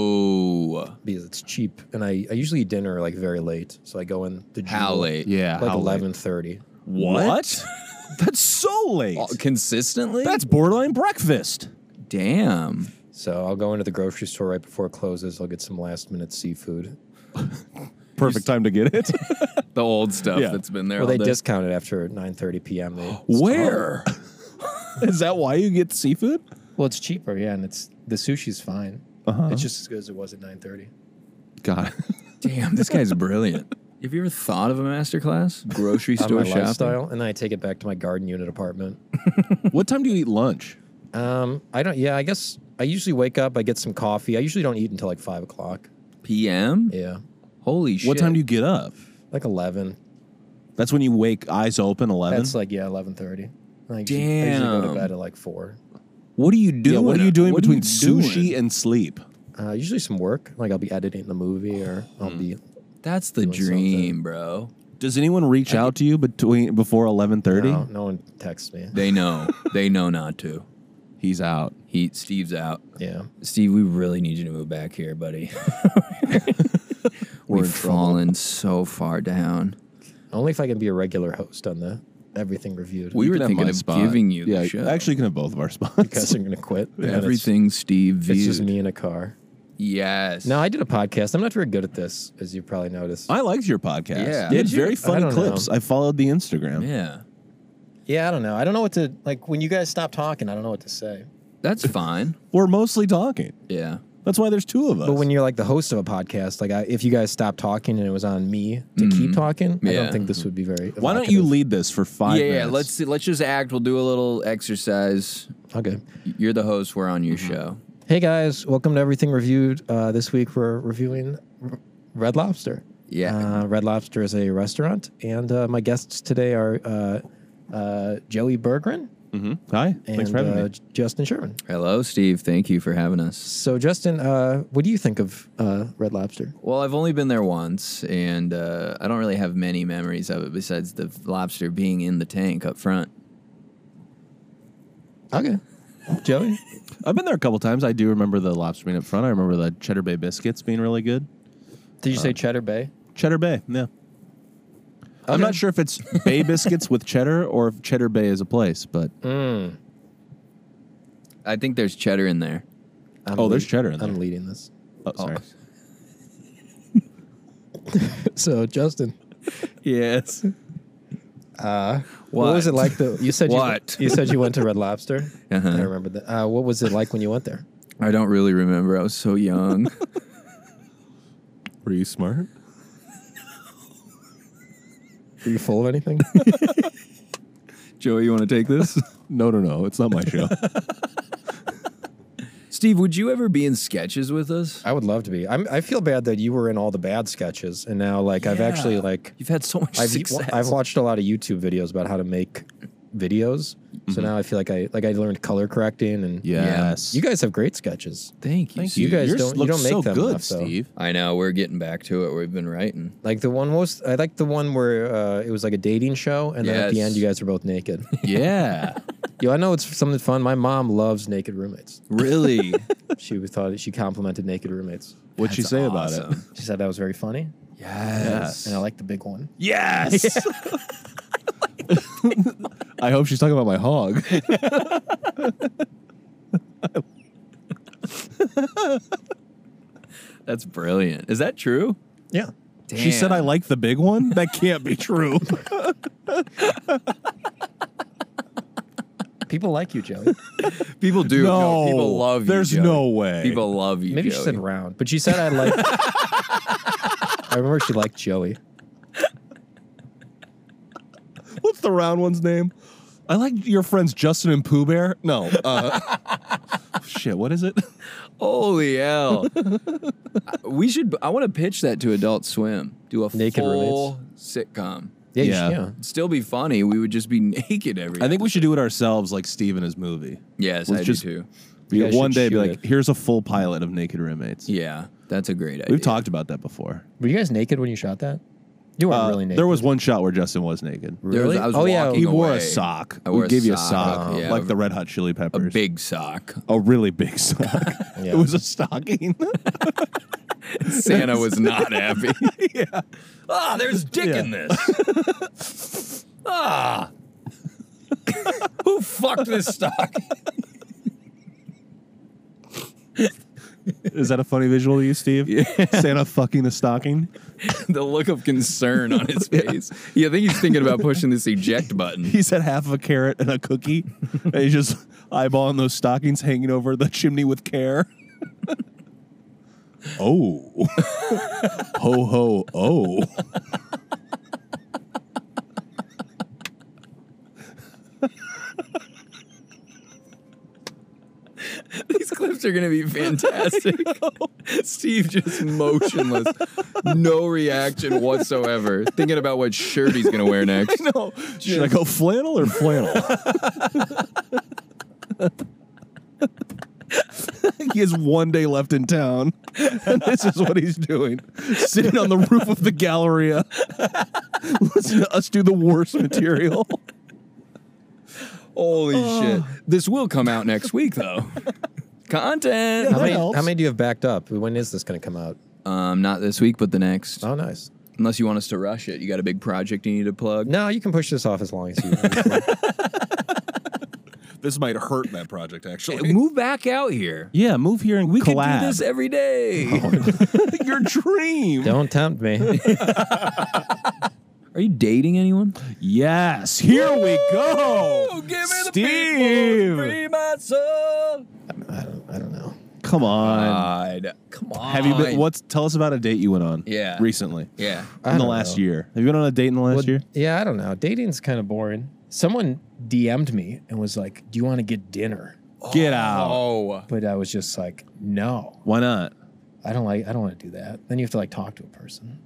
S1: Oh,
S3: because it's cheap, and I, I usually eat dinner like very late, so I go in the gym,
S1: how late?
S2: Yeah,
S3: like eleven thirty.
S2: What? <laughs> That's so late.
S1: Oh, consistently?
S2: That's borderline breakfast.
S1: damn.
S3: So I'll go into the grocery store right before it closes. I'll get some last minute seafood.
S2: Perfect time to get it.
S1: The old stuff
S2: Yeah.
S1: that's been there.
S3: Well,
S1: all
S3: they
S1: day.
S3: discount it after nine thirty
S1: <gasps>
S3: p.m. They
S2: <laughs> Where? <laughs> Is that why you get seafood?
S3: well, it's cheaper, yeah, and it's the sushi's fine. It's just as good as it was at nine thirty.
S2: God.
S1: Damn, this guy's brilliant. <laughs> Have you ever thought of a master class? Grocery
S3: On my
S1: store shopping?
S3: lifestyle, and then I take it back to my garden unit apartment.
S2: what time do you eat lunch?
S3: Um, I don't. Yeah, I guess I usually wake up. I get some coffee. I usually don't eat until like five o'clock.
S1: PM?
S3: Yeah,
S1: Holy shit.
S2: What time do you get up?
S3: like eleven.
S2: That's when you wake eyes open, 11?
S3: That's like yeah, eleven thirty. Like I usually go to
S1: Damn.
S3: bed at like four.
S1: What are you doing?
S2: yeah, what are you doing between sushi
S1: and
S2: and sleep?
S3: Uh, usually some work. Like I'll be editing the movie, or I'll be.
S1: That's the
S3: Doing
S1: dream,
S3: something.
S1: bro.
S2: Does anyone reach out to you between before 11:30?
S1: Mm-hmm.
S3: No, no one texts me.
S1: They know. they know not to.
S2: He's out.
S1: He Steve's out.
S3: Yeah,
S1: Steve, we really need you to move back here, buddy. <laughs> We're We've fallen so far down.
S3: only if I can be a regular host on the everything reviewed.
S1: We
S2: You
S1: were
S2: can have
S1: thinking
S2: my
S1: of
S2: spot.
S1: giving you
S2: Yeah,
S1: the show.
S2: actually you can have both of our <laughs> spots.
S3: because I'm gonna quit. and it's-
S1: <laughs> everything Steve
S3: It's,
S1: views.
S3: just me in a car.
S1: Yes.
S3: No, I did a podcast. I'm not very good at this, as you probably noticed.
S2: I liked your podcast.
S1: Yeah.
S2: You had
S1: Did you?
S2: very funny
S3: don't know.
S2: clips. I followed the Instagram.
S1: Yeah.
S3: yeah, I don't know. I don't know what to like. When you guys stop talking, I don't know what to say.
S1: That's fine. <laughs>
S2: We're mostly talking.
S1: Yeah.
S2: That's why there's two of us.
S3: But when you're like the host of a podcast, like I, if you guys stopped talking and it was on me to keep talking, I
S1: Yeah.
S3: don't think this would be very.
S2: why don't you
S3: evocative.
S2: lead this for five
S1: yeah, yeah.
S2: minutes?
S1: Let's see. Let's just act. We'll do a little exercise.
S3: Okay.
S1: You're the host. We're on your show.
S3: Hey guys, welcome to Everything Reviewed. Uh, this week we're reviewing R- Red Lobster.
S1: Yeah.
S3: Uh, Red Lobster is a restaurant, and uh, my guests today are uh, uh, Joey Bergren
S2: Hmm? Hi.
S3: and
S2: Thanks for having
S3: uh,
S2: me.
S3: J- Justin Sherman.
S1: Hello, Steve. Thank you for having us.
S3: So, Justin, uh, what do you think of uh, Red Lobster?
S1: Well, I've only been there once, and uh, I don't really have many memories of it besides the lobster being in the tank up front.
S3: Okay. Joey?
S2: I've been there a couple times. I do remember the lobster being up front. I remember the Cheddar Bay biscuits being really good.
S3: Did you
S1: Uh,
S3: say Cheddar Bay?
S2: Cheddar Bay, yeah. I'm not sure if it's
S1: <laughs>
S2: Bay biscuits with cheddar or if Cheddar Bay is a place, but oh,
S1: I think there's cheddar in there.
S3: I'm
S2: Oh, there's cheddar in
S3: I'm
S2: there.
S3: leading this.
S1: Mm.
S2: oh, sorry.
S3: <laughs> So, Justin,
S1: Yes.
S3: what, was it like? The you said
S1: What?
S3: you you said you went to Red Lobster.
S1: <laughs> Uh-huh.
S3: I remember that. Uh, what was it like when you went there?
S1: I don't really remember. I was so
S2: <laughs>
S1: young.
S2: Were you smart? <laughs>
S3: Were you full of anything?
S1: Joey, you want to take this?
S2: No, no, no. It's not my
S1: <laughs>
S2: show.
S1: Steve, would you ever be in sketches with us?
S3: <laughs> I would love to be. I'm, I feel bad that you were in all the bad sketches, and now like I've actually like
S1: You've had so much
S3: I've
S1: success.
S3: I've watched a lot of YouTube videos about how to make videos. So
S1: Mm-hmm.
S3: now I feel like I like I learned color correcting and
S2: Yes.
S3: You guys have great sketches.
S1: Thank you.
S2: Thank
S1: Steve.
S3: you guys
S2: Yours
S3: don't- you
S2: looks
S3: don't make
S2: so
S3: them
S2: good,
S3: enough, though.
S2: Steve.
S1: I know. We're getting back to it. We've been writing.
S3: Like the one was I like the one where uh, it was like a dating show, and then at the
S1: Yes.
S3: end you guys were both naked.
S2: <laughs> Yeah.
S3: Yo, I know it's something fun. My mom loves naked roommates.
S1: Really?
S3: <laughs> She was thought she complimented naked roommates.
S2: What'd she say about it?
S1: awesome.
S3: She said that was very funny,
S1: yes.
S3: and I like the big one.
S2: Yes. <laughs> I hope she's talking about my <laughs> hog.
S1: <laughs> That's brilliant. Is that true?
S3: Yeah.
S2: She said I
S1: Damn.
S2: like the big <laughs> one. That can't be <laughs> true.
S3: People like
S2: <laughs>
S3: you, Joey.
S1: People do. No, people love you.
S2: There's
S1: Joey.
S2: no way.
S1: People love you.
S3: Maybe she
S1: Joey.
S3: said round, but she said
S2: <laughs>
S3: I like. I remember she liked Joey.
S2: What's the round one's name? I like your friends Justin and Pooh Bear. No. Uh, <laughs> shit, what is it?
S1: Holy
S2: <laughs>
S1: hell. we should. I want to pitch that to Adult Swim. Do a
S3: Naked
S1: full sitcom.
S3: Yeah, you
S2: Yeah.
S3: should- yeah.
S1: Still be funny. We would just be <laughs> naked every.
S2: I think we should do it ourselves, like Steve in his movie.
S1: Yes,
S2: Let's
S1: I
S2: just-
S1: do too.
S2: We
S3: guys
S2: could one
S3: should
S2: day be
S3: shoot
S2: like,
S3: it.
S2: here's a full pilot of Naked Roommates.
S1: Yeah, that's a great idea.
S2: We've talked about that before.
S3: Were you guys naked when you shot that? You weren't
S2: Uh,
S3: really naked.
S2: There was one shot where Justin was naked.
S1: There was-
S3: Really?
S1: I was
S3: Oh, yeah.
S1: walking
S2: He wore
S1: away.
S2: a sock.
S1: I wore
S2: we
S1: a
S2: gave you a
S1: sock,
S2: sock,
S1: yeah.
S2: like the Red Hot Chili
S1: A
S2: Peppers.
S1: big sock.
S2: a really big <laughs> sock.
S3: Yeah.
S2: It was a stocking.
S1: Santa was
S2: <laughs>
S1: not happy. yeah. Ah, there's dick in this. ah. <laughs> Who fucked this stock?
S2: Is that a funny visual to you, Steve? Yeah. Santa fucking the stocking.
S1: <laughs> the look of concern on
S2: <laughs>
S1: his face. Yeah, I think he's thinking about pushing this eject button.
S2: He's had half of a carrot and a <laughs> cookie, and he's just eyeballing those stockings hanging over the chimney with care. <laughs> oh, ho ho oh.
S1: These clips are going to
S2: <laughs>
S1: be fantastic. Steve just motionless, no reaction whatsoever, thinking about what shirt he's going to
S2: <laughs>
S1: wear next.
S2: No, should I go "Oh, flannel or flannel? <laughs> he has one day left in town, <laughs> and this is what he's doing: sitting on the roof of the Galleria, <laughs> listen to us do the worst material.
S1: Holy
S2: Oh.
S1: shit. This will come out next week,
S2: <laughs>
S1: though. Content.
S3: How
S2: that
S3: many,
S2: helps.
S3: how many do you have backed up? When is this going to come out?
S1: Um, not this week, but the next.
S3: Oh, nice.
S1: Unless you want us to rush it, you got a big project you need to plug.
S3: No, you can push this off as long as you.
S2: <laughs> This might hurt that project, actually.
S1: Move back out here.
S2: Yeah, move here and
S1: We could
S2: collab. Oh,
S1: do this every day.
S2: Your dream.
S3: <laughs> Don't tempt me.
S1: <laughs> Are you dating anyone?
S2: Yes, here we go. Steve,
S1: my soul.
S3: I don't, I don't know.
S2: come on.
S1: God, come on.
S2: Have you been? What's? Tell us about a date you went on.
S1: Yeah.
S2: recently.
S1: Yeah.
S3: I
S2: in the
S3: don't
S2: last
S3: know.
S2: year. Have you been on a date in the last
S3: Well,
S2: year?
S3: Yeah, I don't know. Dating's kind of boring. Someone DM'd me and was like, "Do you want to get dinner?"
S2: Get out.
S1: Oh.
S3: But I was just like, "No,
S2: Why not?
S3: I don't like. I don't want to do that." Then you have to like talk to a person.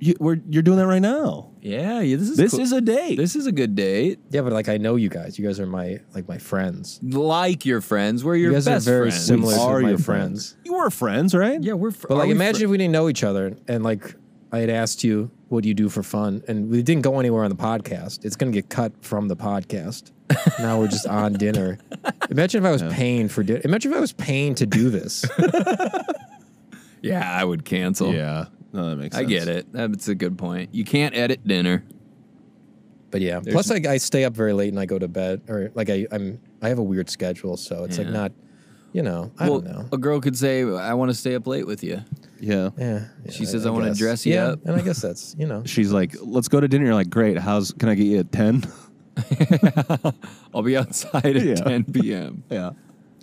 S2: You, we're, you're doing that right now.
S1: Yeah. Yeah. This is
S2: This
S1: cool.
S2: is a date.
S1: this is a good date.
S3: Yeah, but like I know you guys. You guys are my like my friends.
S1: Like your friends, we're your
S3: you guys
S1: best
S3: are very
S1: friends.
S3: similar
S2: We
S3: to
S2: are
S3: my
S2: your
S3: friends.
S2: you were friends, right?
S1: Yeah, we're. Fr-
S3: But like,
S1: are we
S3: imagine if we didn't know each other and like I had asked you, "What do you do for fun?" and we didn't go anywhere on the podcast. It's gonna get cut from
S1: <laughs>
S3: the podcast. now we're just on dinner. Imagine if I was paying for dinner. Imagine if I was paying to
S1: <laughs>
S3: do this.
S1: fr- yeah, I would cancel.
S2: Yeah. No, that makes
S1: I
S2: sense.
S1: get it. That's a good point. You can't edit dinner.
S3: But yeah, plus I, I stay up very late and I go to bed, or like I, I'm I have a weird schedule, so it's like
S1: Yeah.
S3: not, you know, I
S1: well,
S3: don't know.
S1: a girl could say, "I want to stay up late with you."
S2: Yeah.
S3: Yeah, yeah,
S1: she says, "I wanna
S3: guess.
S1: dress you
S3: Yeah,
S1: up."
S3: and I guess that's you know,
S1: <laughs>
S2: She's like, let's go to dinner. You're like, great. How's, can I get you at 10?
S1: I'll be outside at <laughs>
S2: Yeah.
S1: 10 p.m.
S2: <laughs> Yeah.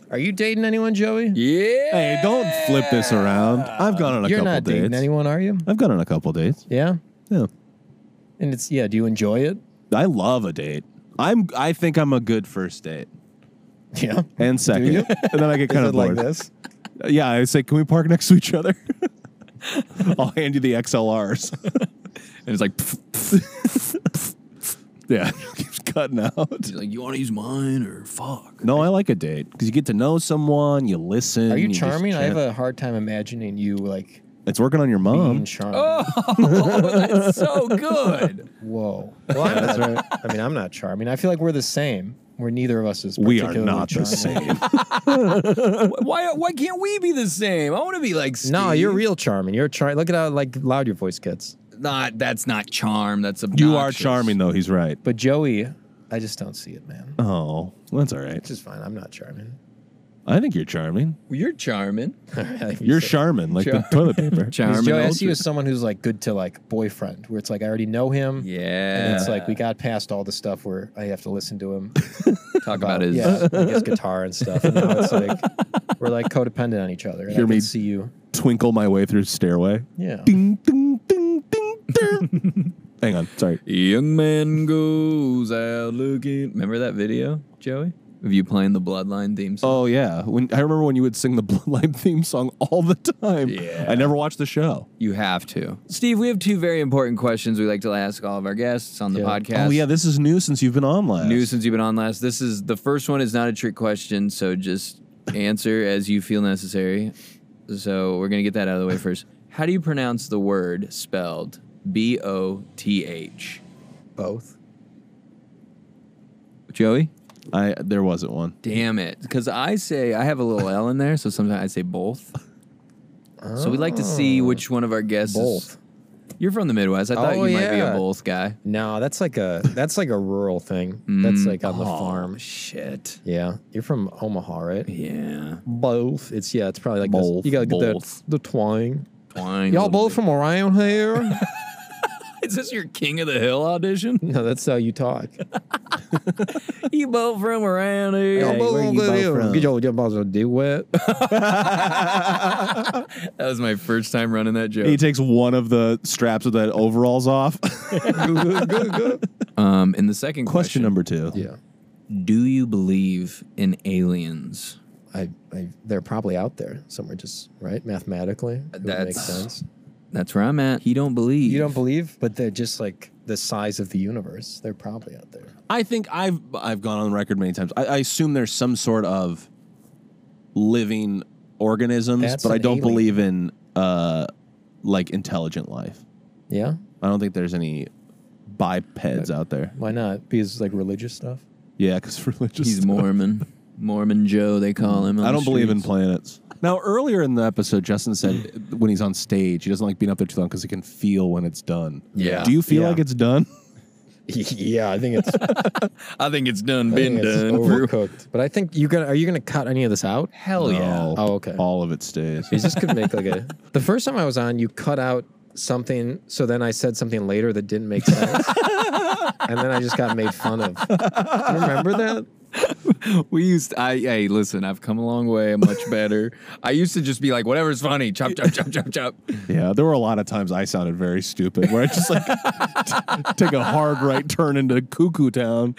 S3: are you dating anyone, Joey?
S1: Yeah.
S2: Hey, don't flip this around. I've gone on a
S3: You're
S2: couple
S3: not
S2: dates.
S3: dating anyone,
S1: <laughs>
S3: are you?
S2: I've gone on a couple dates.
S3: Yeah,
S2: Yeah.
S3: and it's yeah. Do you enjoy it? <laughs>
S2: I love a date. I'm, I think I'm a good first date
S3: Yeah.
S2: and second.
S3: you?
S2: <laughs> And then I get kind
S3: Is
S2: of
S3: it like
S2: bored.
S3: this?
S2: Yeah. I say, can we park next to each <laughs> other? I'll hand you the <laughs> XLRs.
S1: And it's like,
S2: yeah. <laughs> Keeps cutting out.
S1: like you want to use mine or fuck?
S2: No, I like a date because you get to know someone, you listen.
S3: <laughs> Are you
S2: just
S3: charming? I
S2: chat.
S3: have a hard time imagining you like
S2: It's working on your
S3: being
S2: mom.
S3: charming.
S1: That's
S3: <laughs>
S1: so good.
S3: Whoa. <laughs> Well, I'm not, I mean, I'm not charming. I feel like we're the same. We're neither of us is.
S2: We are
S3: particularly
S2: not the
S3: charming.
S2: same.
S1: why why can't we be the same? I want to be like Steve.
S3: <laughs> No, you're real charming. You're charming. Look at how like loud your voice gets.
S1: Not that's not charm. That's obnoxious.
S2: you are charming, though. He's right.
S3: But Joey, I just don't see it, man.
S2: Oh, that's all right.
S3: Which is fine. I'm not charming. <laughs>
S2: I think you're charming.
S1: You're charming.
S2: You're Charmin, like the toilet paper.
S3: <laughs>
S1: Charming.
S3: Joey, I see you as someone who's like good to like boyfriend, where it's like I already know him.
S1: yeah.
S3: And it's like we got past all the stuff where I have to listen to him
S1: talk about his.
S3: yeah, like his guitar and stuff. And now it's <laughs> like we're like codependent on each other. And
S2: Hear
S3: I can
S2: me.
S3: see you.
S2: Twinkle my way through stairway.
S3: Yeah.
S2: Ding, ding, ding, ding,
S3: <laughs>
S2: ding. Hang on. Sorry.
S1: Young man goes out looking. Remember that video, Joey? of you playing the Bloodline theme song.
S2: Oh yeah, when I remember when you would sing the <laughs> Bloodline theme song all the time. Yeah. I never watched the show.
S1: You have to. Steve, we have two very important questions we like to ask all of our guests on the
S3: Yeah.
S1: podcast.
S2: Oh yeah, this is new since you've been on last.
S1: New since you've been on last. This is the first one is not a trick question, so just answer as you feel necessary. So we're gonna get that out of the way first. How do you pronounce the word spelled B O T H?
S3: Both.
S1: Joey?
S2: I there wasn't one.
S1: Damn it. Because I say I have a little L in there, so sometimes I say both. So we'd like to see which one of our guests. is-
S3: Both.
S1: You're from the Midwest. I thought
S3: Oh,
S1: you might be a
S3: yeah.
S1: both guy.
S3: No, that's like a that's like a rural thing. That's like on the farm.
S1: Oh, Shit.
S3: Yeah, you're from Omaha, right?
S1: Yeah.
S3: Both. It's yeah. It's probably like
S1: Both,
S3: this. you gotta get
S1: both.
S3: the the twang.
S1: Twang
S3: Y'all
S1: little
S3: both
S1: bit.
S3: from around here?
S1: <laughs> Is this your King of the Hill audition?
S3: <laughs> no, that's how you <laughs> talk.
S1: <laughs> you both from around
S3: Y'all
S1: here.
S3: both
S2: where
S3: from
S2: you
S3: good
S2: both
S3: here.
S2: from?
S3: Get your your balls a do <laughs> wet.
S1: That was my first time running that
S2: He
S1: joke.
S2: takes one of the straps of that overalls off.
S1: Um, and the second
S2: <laughs> Question
S1: question,
S2: number two.
S3: Yeah,
S1: Do you believe in aliens?
S3: I, I they're probably out there somewhere. Just right mathematically, it would make
S1: That's-
S3: sense.
S1: That's where I'm at. He don't believe.
S3: You don't believe, but they're just like the size of the universe. They're probably out there.
S2: I think I've I've gone on record many times. I, I assume there's some sort of living organisms,
S3: That's
S2: but I
S3: an
S2: don't
S3: alien.
S2: believe in uh like intelligent life.
S3: Yeah,
S2: I don't think there's any bipeds out there.
S3: why not? Because like religious stuff.
S2: Yeah, because <laughs> religious.
S1: He's
S2: stuff.
S1: Mormon. Mormon Joe, they call him. on
S2: I
S1: the
S2: don't believe in
S1: streets.
S2: planets. Now, earlier in the episode, Justin said when he's on stage, he doesn't like being up there too long because he can feel when it's done.
S1: Yeah.
S2: Do you feel
S3: Yeah.
S2: like it's done?
S3: yeah, <laughs> I think it's
S1: I think it's done,
S3: I
S1: been
S3: think it's
S1: done.
S3: overcooked. But I think you're gonna are you gonna cut any of this out?
S1: Hell yeah.
S2: No.
S3: Oh, okay.
S2: All of it stays.
S3: You just could make like a. The first time I was on, you cut out something, so then I said something later that didn't make sense, and then I just got made fun of. You remember that?
S1: We used I hey, listen, I've come a long way. I'm much better. I used to just be like, whatever's funny, chop, chop, chop, chop, chop.
S2: Yeah, there were a lot of times I sounded very stupid where I just like <laughs> t- take a hard right turn into cuckoo town.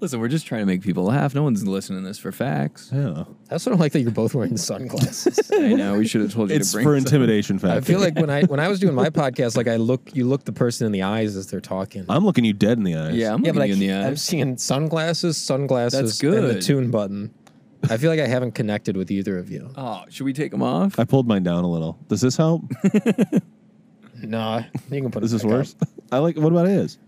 S1: Listen, we're just trying to make people laugh. No one's listening to this for facts.
S2: Yeah.
S3: I also don't like that you're both wearing sunglasses.
S1: I know we should have told you
S2: It's
S1: to bring
S2: for
S1: some-
S2: intimidation factor.
S3: I feel like when I when I was doing my podcast, like I look, you look the person in the eyes as they're talking.
S2: I'm looking you dead in the eyes.
S1: Yeah, I'm looking
S3: yeah, but I,
S1: you in the
S3: can't- I'm
S1: eyes.
S3: seeing sunglasses, sunglasses,
S1: That's
S3: and the
S1: good.
S3: tune button. I feel like I haven't connected with either of you.
S1: Oh, should we take them off?
S2: I pulled mine down a little. Does this help?
S3: Nah, you can put.
S2: Is
S3: it <laughs>
S2: this
S3: back up.
S2: worse? I like. What about his?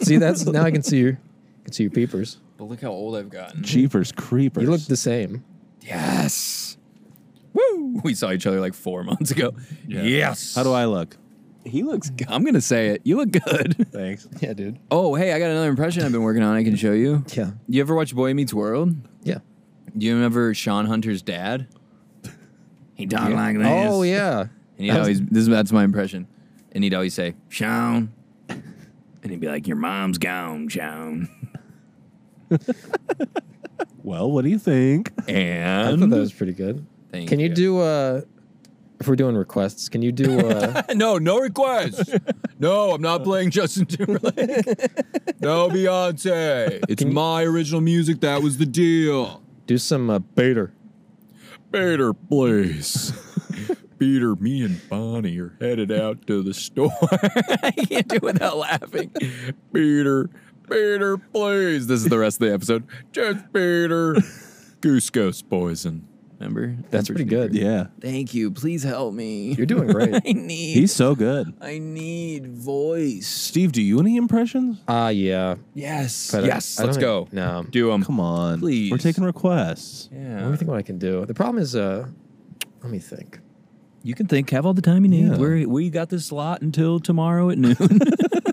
S3: See, that's now I can see your can see your peepers.
S1: But look how old I've gotten.
S2: Jeepers creepers.
S3: You look the same.
S1: Yes. Woo! We saw each other like four months ago. Yes.
S2: How do I look?
S1: He looks. g- I'm gonna say it. You look good. <laughs>
S2: Thanks.
S3: Yeah, dude.
S1: Oh, hey, I got another impression I've been working on. I can show you.
S3: Yeah.
S1: You ever watch Boy Meets World?
S3: Yeah.
S1: Do you remember Sean Hunter's dad? He talked like this.
S3: Oh yeah.
S1: And he'd always this is that's my impression. And he'd always say, Sean. And he'd be like, Your mom's gone, Sean.
S2: Well, what do you
S3: <laughs>
S2: think?
S3: I thought
S1: And
S3: that was pretty good.
S1: Thank
S3: Can you
S1: you. <laughs>
S3: do uh if we're doing requests, can you do uh
S1: no, no <laughs> requests. no, I'm not playing Justin <laughs> Timberlake. no Beyonce. It's my original music. That was the deal.
S3: do some uh, Bader?
S1: Better <laughs> place. Peter, me and Bonnie are headed out to the store. <laughs> I can't do it without laughing. Peter, Peter, please. This is the rest of the episode. Just Peter. Goose ghost poison. Remember?
S3: That's pretty good.
S2: Yeah.
S1: Thank you. Please help me.
S3: You're doing great.
S1: <laughs> I need
S2: He's so <laughs> good.
S1: I need voice.
S2: Steve, do you any impressions?
S3: Ah, yeah.
S1: Yes.
S3: But I-
S1: yes.
S3: I
S1: let's go.
S3: don't- No.
S1: Do them.
S2: Come on.
S1: Please.
S2: We're taking requests.
S3: Let
S1: Yeah.
S3: me think what I can do. The problem is uh let me think.
S1: You can think. Have all the time you need.
S2: Yeah.
S1: We're, we got this slot until tomorrow at <laughs> noon.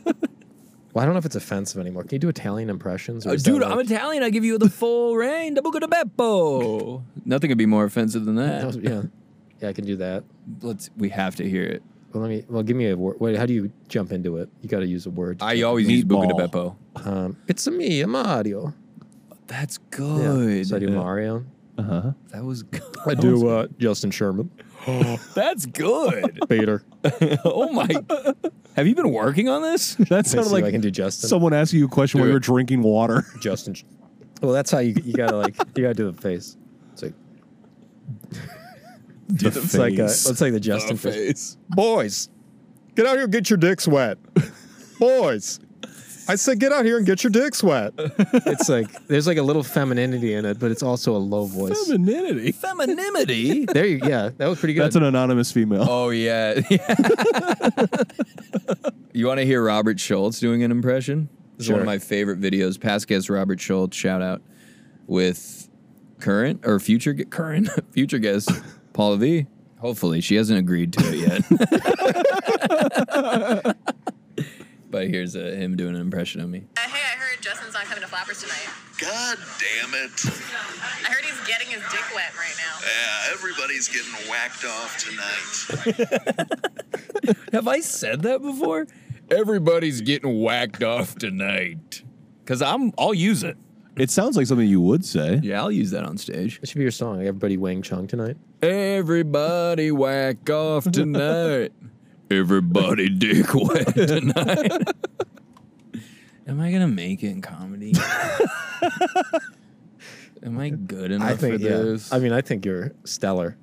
S3: Well, I don't know if it's offensive anymore. Can you do Italian impressions? or
S1: Uh,
S3: is that
S1: dude,
S3: like-
S1: I'm Italian. I give you the full reign. Double good <laughs> beppo. Nothing could be more offensive than
S3: that was-
S1: that.
S3: yeah. Yeah, I can do that.
S1: Let's. We have to hear it.
S3: Well, let me. Well, give me a word. Wait, how do you jump into it? You got to use a word.
S1: I always use
S2: Meatball.
S1: buca de beppo.
S3: Um, it's a me, a Mario.
S1: That's
S3: Yeah.
S1: good.
S3: So I do Mario.
S1: that was good.
S3: I do uh, Justin Sherman.
S1: <laughs> That's <laughs> good.
S3: Bader.
S1: oh my. Have you been working on this?
S2: That
S3: Let me
S2: sounded
S3: see if I
S2: like
S3: can do Justin.
S2: someone asking you a question while
S1: Do
S2: you
S1: it.
S2: <laughs> were drinking water.
S3: Justin. Sh- Well, that's how you you gotta like you gotta do the face. It's like
S2: Do the
S3: it's like uh it's like the Justin face. Boys, get out here and get your dicks wet. Boys, I said get out here and get your dicks wet. It's like there's like a little femininity in it, but it's also a low voice.
S2: Femininity.
S1: Femininity?
S3: there you yeah, that was pretty good.
S2: That's an anonymous female.
S1: oh, yeah. <laughs> you want to hear Robert Schultz doing an impression? This is one
S3: Sure.
S1: of my favorite videos. Past guest Robert Schultz, shout out, with current or future, gu- current, <laughs> future guest Paula V. Hopefully, she hasn't agreed to it yet. <laughs> but here's uh, him doing an impression of me.
S8: Uh, hey, I heard Justin's not coming to Flappers tonight.
S9: God damn it.
S8: I heard he's getting his dick wet right now.
S9: Yeah, everybody's getting whacked off tonight.
S1: Have I said that before? Everybody's getting whacked off tonight. Cause I'm, I'll use it.
S2: It sounds like something you would say.
S1: Yeah, I'll use that on stage.
S3: That should be your song. Everybody Wang Chung tonight.
S1: Everybody whack off tonight. <laughs> Everybody dick whack tonight. <laughs> Am I gonna make it in <laughs> comedy? Am I good enough
S3: I think
S1: for
S3: yeah.
S1: this?
S3: I mean, I think you're stellar.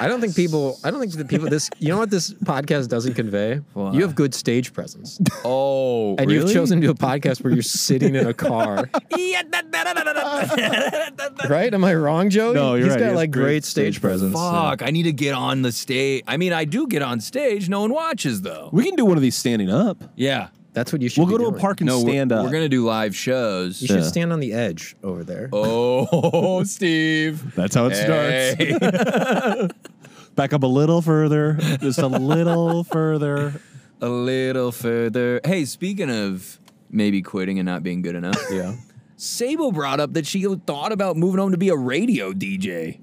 S3: I don't think people. I don't think the people. This. You know what this podcast doesn't convey.
S1: What?
S3: You have good stage presence,
S1: oh,
S3: and
S1: <laughs>
S3: you've chosen to do a podcast where you're sitting in a car. <laughs> right? Am I wrong, Joey?
S2: No, you're
S3: He's
S2: right. He
S3: got
S2: has
S3: like
S2: great
S3: great, stage,
S2: stage
S3: presence.
S1: Fuck! I need to get on the stage. I mean, I do get on stage. No one watches though.
S2: We can do one of these standing up.
S1: Yeah,
S3: That's what you should.
S2: We'll
S3: be
S2: go to a
S3: doing.
S2: park and
S1: no, we're-
S2: stand
S1: we're,
S2: up.
S1: gonna do live shows.
S3: You should stand on the edge over there.
S1: Oh, <laughs> Steve.
S2: That's how it starts. <laughs>
S1: Hey.
S2: Back up a little further, just <laughs> a little further.
S1: a little further. Hey, speaking of maybe quitting and not being good
S3: <laughs>
S1: enough,
S2: Yeah.
S1: Sable brought up that she thought about moving home to be a radio DJ.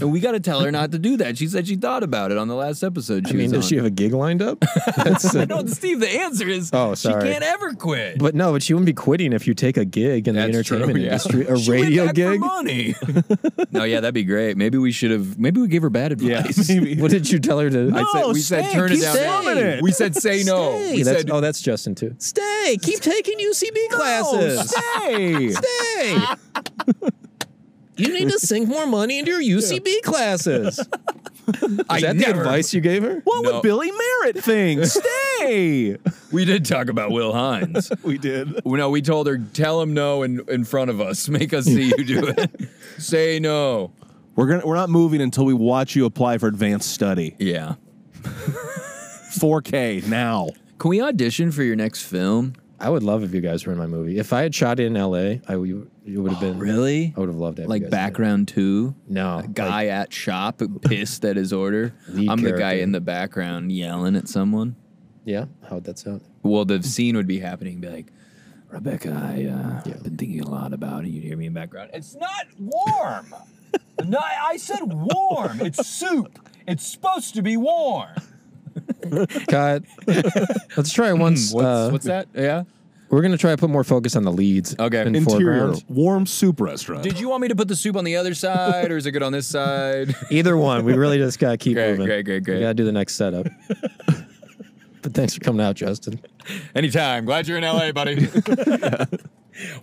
S1: and we got to tell her not to do that. She said she thought about it on the last episode. She
S3: I mean,
S1: was
S3: does
S1: on.
S3: she have a gig lined up? That's, uh,
S1: no, Steve, the answer is
S3: Oh, sorry.
S1: she can't ever quit.
S3: but no, but she wouldn't be quitting if you take a gig in the
S1: That's true,
S3: entertainment
S1: yeah.
S3: industry,
S1: <laughs>
S3: a
S1: She went
S3: radio
S1: back for
S3: gig. <laughs>
S1: money. no, yeah, that'd be great. Maybe we should have. Maybe we gave her bad
S2: Yeah.
S3: <laughs>
S1: advice.
S2: Maybe.
S3: What did you tell her to?
S1: <laughs> I said,
S2: No,
S1: we
S2: stay,
S1: said turn it
S2: keep
S1: down.
S2: saying it.
S1: We said say no.
S3: Stay.
S1: We
S3: That's-
S1: said
S3: oh, that's Justin too. Stay. Keep taking UCB classes.
S1: <laughs>
S2: Hey.
S3: Stay. you need to sink more money into your
S1: <laughs>
S3: UCB classes. Is
S1: I
S3: that the
S1: never-
S3: advice you gave her?
S2: What
S1: No.
S2: would Billy Merritt <laughs> think? Stay.
S1: We did talk about Will <laughs> Hines.
S2: <laughs> we did.
S1: No, we told her, tell him no in, in front of us. Make us see you do <laughs> it. Say no.
S2: We're gonna. We're not moving until we watch you apply for advanced study.
S1: Yeah.
S2: 4K now.
S1: Can we audition for your next film?
S3: I would love if you guys were in my movie. If I had shot it in LA, I would, it would have been.
S1: Really?
S3: I would have loved to have you
S1: Like
S3: guys in it.
S1: background two?
S3: No,
S1: Guy at shop pissed at his order.
S3: Lead
S1: I'm the guy
S3: character.
S1: in the background yelling at someone.
S3: Yeah, how would that sound?
S1: Well, the scene would be happening. Be like, Rebecca, I uh,
S3: Yeah.
S1: been thinking a lot about it. You'd hear me in the background. It's not <laughs> warm. no, I said warm. It's soup. It's supposed to be warm. <laughs>
S3: Cut. Let's try once. uh,
S1: Hmm, What's that? Yeah.
S3: We're gonna try to put more focus on the leads.
S1: Okay.
S3: in
S2: Interior
S3: foreground.
S2: warm soup restaurant.
S1: Did you want me to put the soup on the other side, or is it good on this side?
S3: Either one. We really just gotta keep
S1: Great,
S3: moving.
S1: great, great, great.
S3: We gotta do the next
S1: <laughs>
S3: setup. but thanks for coming out, Justin.
S1: <laughs> Anytime. Glad you're in LA, <laughs> buddy.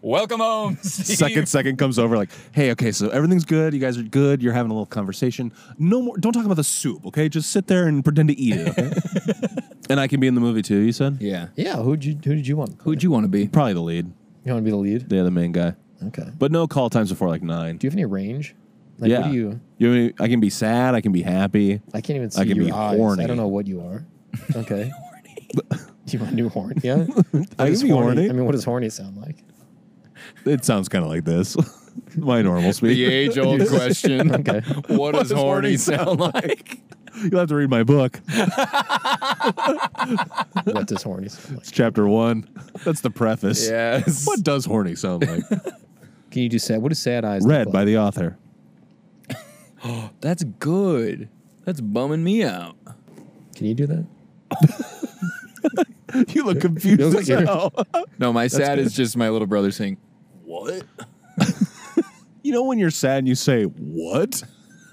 S1: Welcome home. Steve.
S2: Second, second comes over like, hey, okay, so everything's good. You guys are good. You're having a little conversation. No more. Don't talk about the soup, okay? Just sit there and pretend to eat it. Okay? <laughs> and I can be in the movie too. You said
S1: Yeah.
S3: Yeah. Who did you Who did you want?
S1: Who'd you want to be?
S2: probably the lead.
S3: You want to be the lead?
S2: Yeah, the main guy.
S3: Okay.
S2: But no call times before like nine.
S3: Do you have any range? Like,
S2: yeah,
S3: What do you?
S2: You know, I can be sad. I can be happy.
S3: I can't even see
S2: I can
S3: your
S2: be
S3: eyes.
S2: horny.
S3: I don't know what you
S2: <laughs>
S3: are. Okay. do you want a new horn? Yeah. What
S2: I
S3: is
S2: can be horny.
S3: I mean, what does horny sound like?
S2: It sounds kind of like this. <laughs> My
S3: <laughs>
S2: normal speech.
S1: The age <laughs> old question.
S3: Okay.
S1: What does
S2: does horny
S1: horny sound like?
S2: <laughs> You'll have to read my book.
S3: what does horny sound like?
S2: It's chapter one. That's the preface.
S1: Yes.
S2: What does horny sound
S3: <laughs>
S2: like?
S3: Can you do sad? What does sad eyes? look
S2: Read
S3: like?
S2: by the
S3: <laughs>
S2: author.
S1: That's good. That's bumming me out.
S3: Can you do that?
S2: You look confused
S3: Feels
S2: as
S3: like it.
S2: hell.
S1: No, my sad is just my little brother saying, What?
S2: You know when you're sad and you say, What?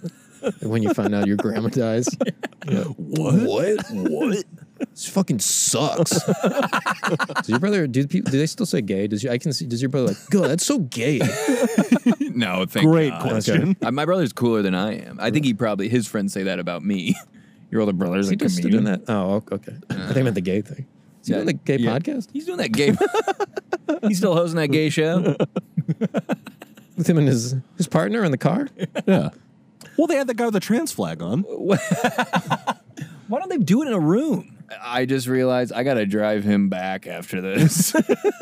S2: <laughs>
S3: when you find out your grandma dies.
S1: <laughs>
S2: What?
S1: What? What?
S3: This
S2: <laughs>
S3: fucking sucks. does your brother do? peop- Do they still say gay? Does your, I can see? Does your brother like? God, that's so
S2: <laughs>
S3: gay.
S1: No, thank
S2: Great
S1: God.
S2: question.
S1: Uh, My brother's cooler than I am. I think he probably his friends say that about me. <laughs> Your older brother's
S3: He
S1: a
S3: just
S1: comedian.
S3: doing that. Oh, ok- okay. I think I meant the gay thing. Is he
S1: Yeah.
S3: doing the gay
S1: Yeah.
S3: podcast
S1: He's doing that gay. <laughs> He's still hosting that gay show.
S3: with him and his his partner in the car?
S2: <laughs> Yeah. Well, they had the guy with the trans flag on.
S1: <laughs> Why don't they do it in a room? I just realized I gotta drive him back after this.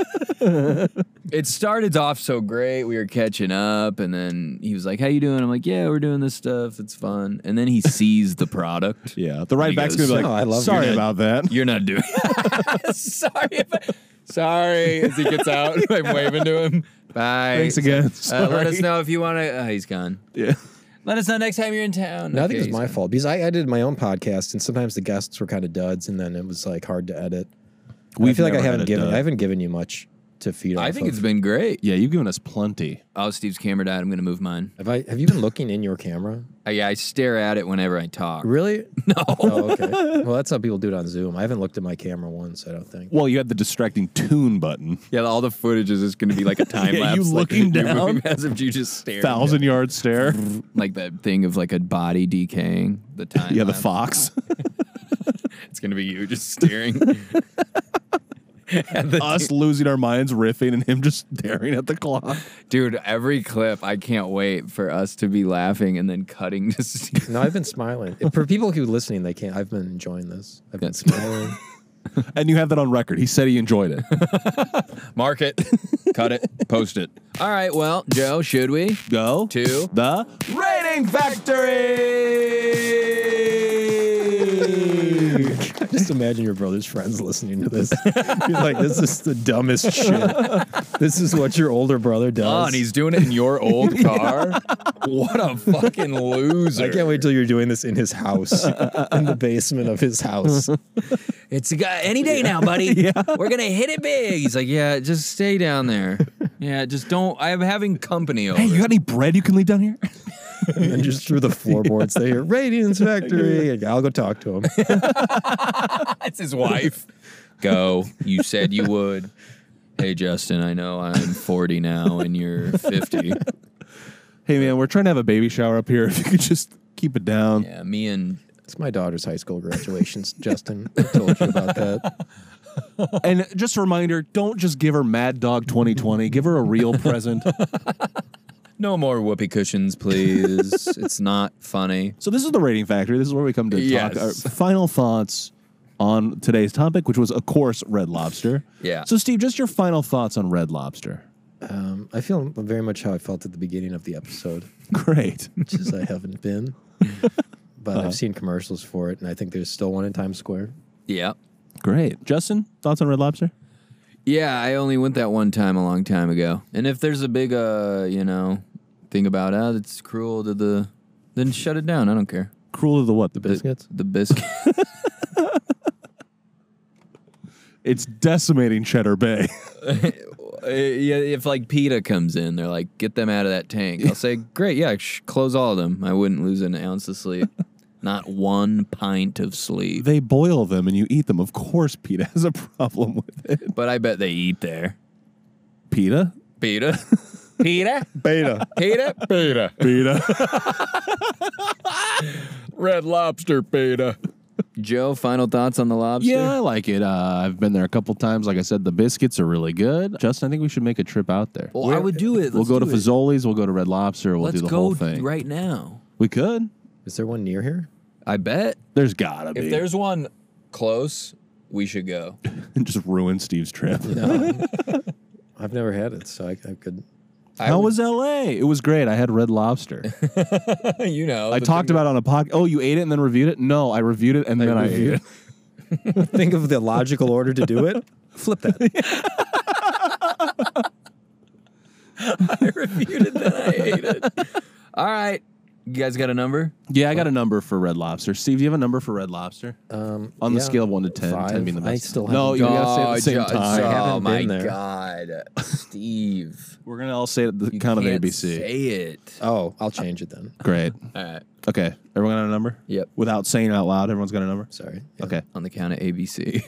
S1: <laughs> it started off so great. We were catching up, and then he was like, "How you doing?" I'm like, "Yeah, we're doing this stuff. It's fun." And then he sees the <laughs> product.
S2: Yeah, the right back's
S1: goes,
S2: gonna be like,
S3: "Oh, I love
S2: sorry
S3: your-
S2: about that.
S1: You're not doing. <laughs> sorry, if- sorry. As he gets out, <laughs> I'm waving to him. Bye.
S2: <laughs> Thanks again.
S1: Uh, let us
S2: Sorry.
S1: know if you want to. Uh, he's gone.
S2: <laughs> Yeah.
S1: Let us know next time you're in town.
S3: No, I
S1: Okay,
S3: think it was
S1: he's
S3: my
S1: gone.
S3: fault because I, I did my own podcast and sometimes the guests were kind of duds and then it was like hard to edit. We
S2: We've
S3: feel like I
S2: never had
S3: haven't
S2: a
S3: given
S2: dud.
S3: I haven't given you much to feed off.
S1: I think
S3: of.
S1: it's been great.
S2: Yeah, you've given us plenty.
S1: Oh, Steve's camera died. I'm gonna move mine.
S3: have I have you been looking in your camera?
S1: I, I stare at it whenever I talk.
S3: <laughs> Really? No. Oh, okay. Well, that's how people do it on Zoom. I haven't looked at my camera once. I don't think.
S2: Well, you had the distracting tune button.
S1: Yeah, all the footage is just gonna be
S2: <laughs>
S1: like a time
S2: Yeah,
S1: lapse.
S2: you
S1: like,
S2: looking
S1: you're moving
S2: down.
S1: as if you just stared.
S2: Thousand yard <laughs> stare.
S1: Like that thing of like a body decaying. The time.
S2: <laughs> Yeah, the
S1: lapse.
S2: <laughs> fox.
S1: It's gonna be you just
S2: <laughs>
S1: staring. <laughs> at the
S2: Us losing our minds, riffing, and him just staring at the clock.
S1: Dude, every clip, I can't wait for us to be laughing and then cutting to <laughs> Steve.
S3: No, I've been smiling. If- For people who are listening, they can't. I've been enjoying this. I've been
S1: That's-
S3: smiling.
S2: And you have that on record. He said he enjoyed <laughs> it.
S1: Mark it, cut it, post it. All right, well, Joe, should we?
S2: Go
S1: To-
S2: the rating <laughs> factory.
S3: Just imagine your brother's friends listening to this. He's like, this is the dumbest shit. This is what your older brother does.
S1: Oh, and he's doing it in your <laughs> old car? What a <laughs> fucking loser.
S3: I can't wait till you're doing this in his house, in the basement of his house.
S1: It's a guy, any day now, <laughs> buddy. We're going to hit it big. He's like, yeah, just stay down there. Yeah, just don't. I'm having company over.
S2: Hey, you got any bread you can leave down here?
S3: And then just through the floorboards, they hear Radiance <laughs> Factory. And I'll go talk to him.
S1: That's his wife. Go. You said you would. Hey, Justin, I know I'm 40 now and you're 50.
S2: Hey, man, we're trying to have a baby shower up here. <laughs> If you could just keep it down.
S1: <laughs> Yeah, me and
S3: It's my daughter's high school graduations. Justin, I told you about that.
S2: And just a reminder don't just give her Mad Dog 2020, give her a real <laughs> present.
S1: no more whoopee cushions, <laughs> please. it's not funny.
S2: So this is the rating factory. This is where we come to
S1: Yes.
S2: talk our final thoughts on today's topic, which was, of course, Red Lobster.
S1: Yeah.
S2: So, Steve, just your final thoughts on Red Lobster. <laughs>
S3: Um, I feel very much how I felt at the beginning of the episode,
S2: Great.
S3: which is I haven't been. But I've seen commercials for it, and I think there's still one in Times Square.
S1: Yeah.
S2: Great. Justin, thoughts on Red Lobster?
S1: Yeah, I only went that one time a long time ago. And if there's a big, uh, you know, thing about uh, it's cruel to the, then shut it down. I don't care.
S2: Cruel to the what? The
S3: Biscuits?
S1: The biscuit.
S2: It's decimating Cheddar Bay.
S1: <laughs>
S2: <laughs>
S1: Uh, yeah, if like PETA comes in, they're like, get them out of that tank. I'll say, great, yeah, sh- close all of them. I wouldn't lose an ounce of sleep. Not one pint of sleep.
S2: they boil them and you eat them. Of course, PETA has a problem with it.
S1: But I bet they eat there.
S2: PETA?
S1: PETA? <laughs> PETA?
S2: <laughs> Beta.
S1: PETA? PETA.
S2: PETA.
S1: Red lobster PETA. Joe, final thoughts on the lobster?
S2: yeah, I like it. Uh, I've been there a couple times. Like I said, the biscuits are really good. Justin, I think we should make a trip out there.
S1: Well, I would do it.
S2: we'll
S1: Let's
S2: go to
S1: do it.
S2: Fazoli's. We'll go to Red Lobster. We'll
S1: Let's
S2: do the
S1: go
S2: whole thing.
S1: right now.
S2: We could.
S3: Is there one near here?
S1: I bet.
S2: There's gotta be.
S1: If there's one close, we should go.
S2: <laughs>
S1: <laughs>
S2: just ruin Steve's trip.
S3: <laughs> I've never had it, so I, I could.
S2: How was L.A.? It was great. I had
S1: <laughs>
S2: Red Lobster.
S1: you know,
S2: I
S1: the
S2: talked
S1: thing-
S2: about it on a podcast. Oh, you ate it and then reviewed it? No, I reviewed it and then I ate it.
S3: Think of the logical order to do it. Flip that.
S1: I reviewed it, then I ate it. <laughs> All right. You guys got a number?
S2: Yeah, I got a number for Red Lobster. Steve, do you have a number for Red Lobster?
S3: Um,
S2: On the
S3: yeah,
S2: scale of one to 10, 10
S3: five.
S2: being the best.
S3: I still
S2: no,
S3: haven't-
S2: you gotta say it
S1: God,
S2: at the same time.
S3: I
S1: Oh
S3: haven't
S1: my
S3: been there.
S1: god, <laughs> Steve!
S2: We're gonna all say it at the
S1: You
S2: count of
S1: can't
S2: ABC.
S1: Say it.
S3: Oh, I'll change it then.
S2: Great.
S1: All right,
S2: Okay. Everyone got a number?
S1: Yep.
S2: Without saying it out loud, everyone's got a number.
S1: <laughs>
S3: Sorry.
S2: Okay.
S1: on the count of <laughs> ABC.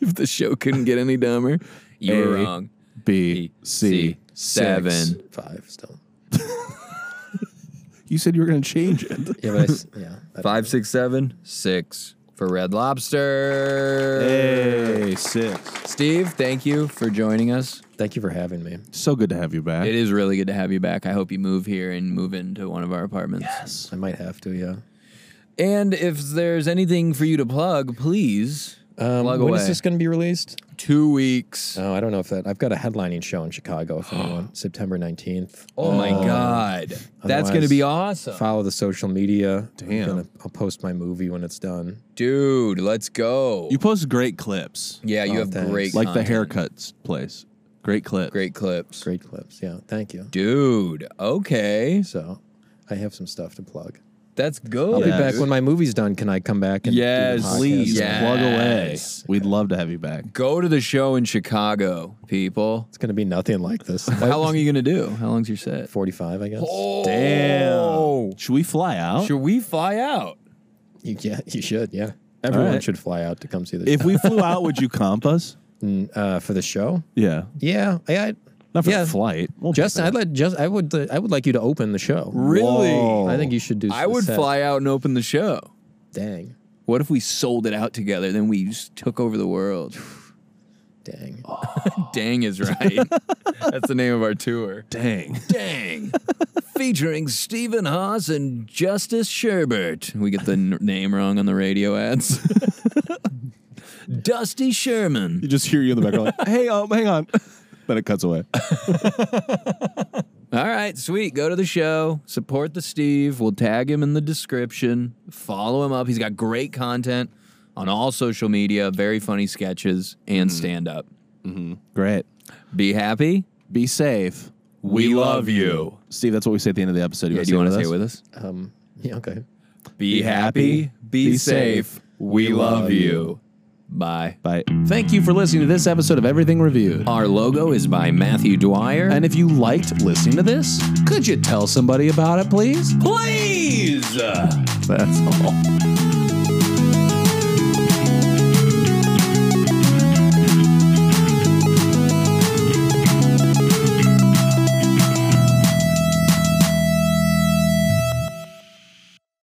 S1: if the show couldn't get any dumber, you were
S2: A,
S1: wrong.
S2: B C
S1: C, seven.
S2: six.
S3: Five still.
S2: You said you were gonna change it.
S3: Yeah, but
S1: <laughs>
S3: I s yeah. I-
S1: Five, six, seven, six for Red Lobster.
S2: <laughs> hey, six.
S1: Steve, thank you for joining us.
S3: Thank you for having me.
S2: So good to have you back.
S1: It is really good to have you back. I hope you move here and move into one of our apartments.
S3: I might have to. Yeah.
S1: And if there's anything for you to plug, please
S3: Um,
S1: plug
S3: when
S1: away.
S3: is this going to be released?
S1: Two weeks.
S3: Oh, I don't know if that. I've got a headlining show in Chicago. If
S1: <gasps>
S3: anyone, September nineteenth.
S1: oh my God, that's going to
S3: Otherwise-
S1: be awesome,
S3: Follow the social media.
S2: Damn.
S3: I'm gonna, I'll post my movie when it's done.
S1: dude. Let's go.
S2: You post great clips,
S1: yeah, you
S3: Oh,
S1: have
S3: thanks.
S1: great
S2: like
S1: content,
S2: the haircuts place. Great clip.
S1: great clips,
S3: Great clips. Yeah. Thank you.
S1: dude. Okay,
S3: So, I have some stuff to plug.
S1: that's good.
S3: I'll be
S2: Yeah.
S3: back when my movie's done. Can I come back and do the
S1: Yes,
S3: podcast?
S2: Please
S1: Yes.
S2: plug away.
S1: Yes.
S2: We'd love to have you back.
S1: Go to the show in Chicago, people.
S3: It's gonna be nothing like this.
S1: <laughs> How
S3: <laughs>
S1: long are you Oh. going to do? How long's your set? Oh.
S3: Forty-five, I guess.
S2: Damn. Should we fly out?
S1: Should we fly out?
S3: You, yeah, you should. Yeah, everyone
S2: right.
S3: should fly out to come see the
S2: If we flew out, would you comp <laughs> us?
S3: uh, for the show.
S2: Yeah.
S3: Yeah, I, I
S2: Not for
S3: Yeah.
S2: the flight. We'll do
S3: Justin,
S2: that.
S3: I'd let just I would I would like you to open the show.
S1: Really?
S2: Whoa.
S3: I think you should do.
S1: I
S3: the
S1: would
S3: set.
S1: fly out and open the show.
S3: Dang,
S1: What if we sold it out together? Then we just took over the
S3: <sighs>
S1: world.
S3: dang.
S1: Oh. Dang is
S3: <laughs>
S1: right. That's the name of our tour.
S2: Dang.
S1: Dang. Featuring Stephen Haas and Justice Sherbert. We get the n- name wrong on the radio
S3: <laughs>
S1: ads. Dusty Sherman.
S2: You just hear you in the background like, hey, um, hang on. <laughs> Then it cuts away.
S1: All right, sweet. Go to the show. Support the Steve. We'll tag him in the description. Follow him up. He's got great content on all social media, very funny sketches and
S3: Mm.
S1: stand up.
S2: Great.
S1: Be happy.
S2: Be safe.
S1: We love you.
S2: Steve, that's what we say at the end of the episode.
S1: Yeah, do you
S2: wanna
S1: want to say it with us?
S3: Um, yeah, okay.
S1: Be happy. Be safe. We love you. Bye.
S2: Bye. Thank you for listening to this episode of Everything Reviewed.
S1: Our logo is by Matthew Dwyer.
S2: And if you liked listening to this, could you tell somebody about it, please?
S1: please.
S2: That's all.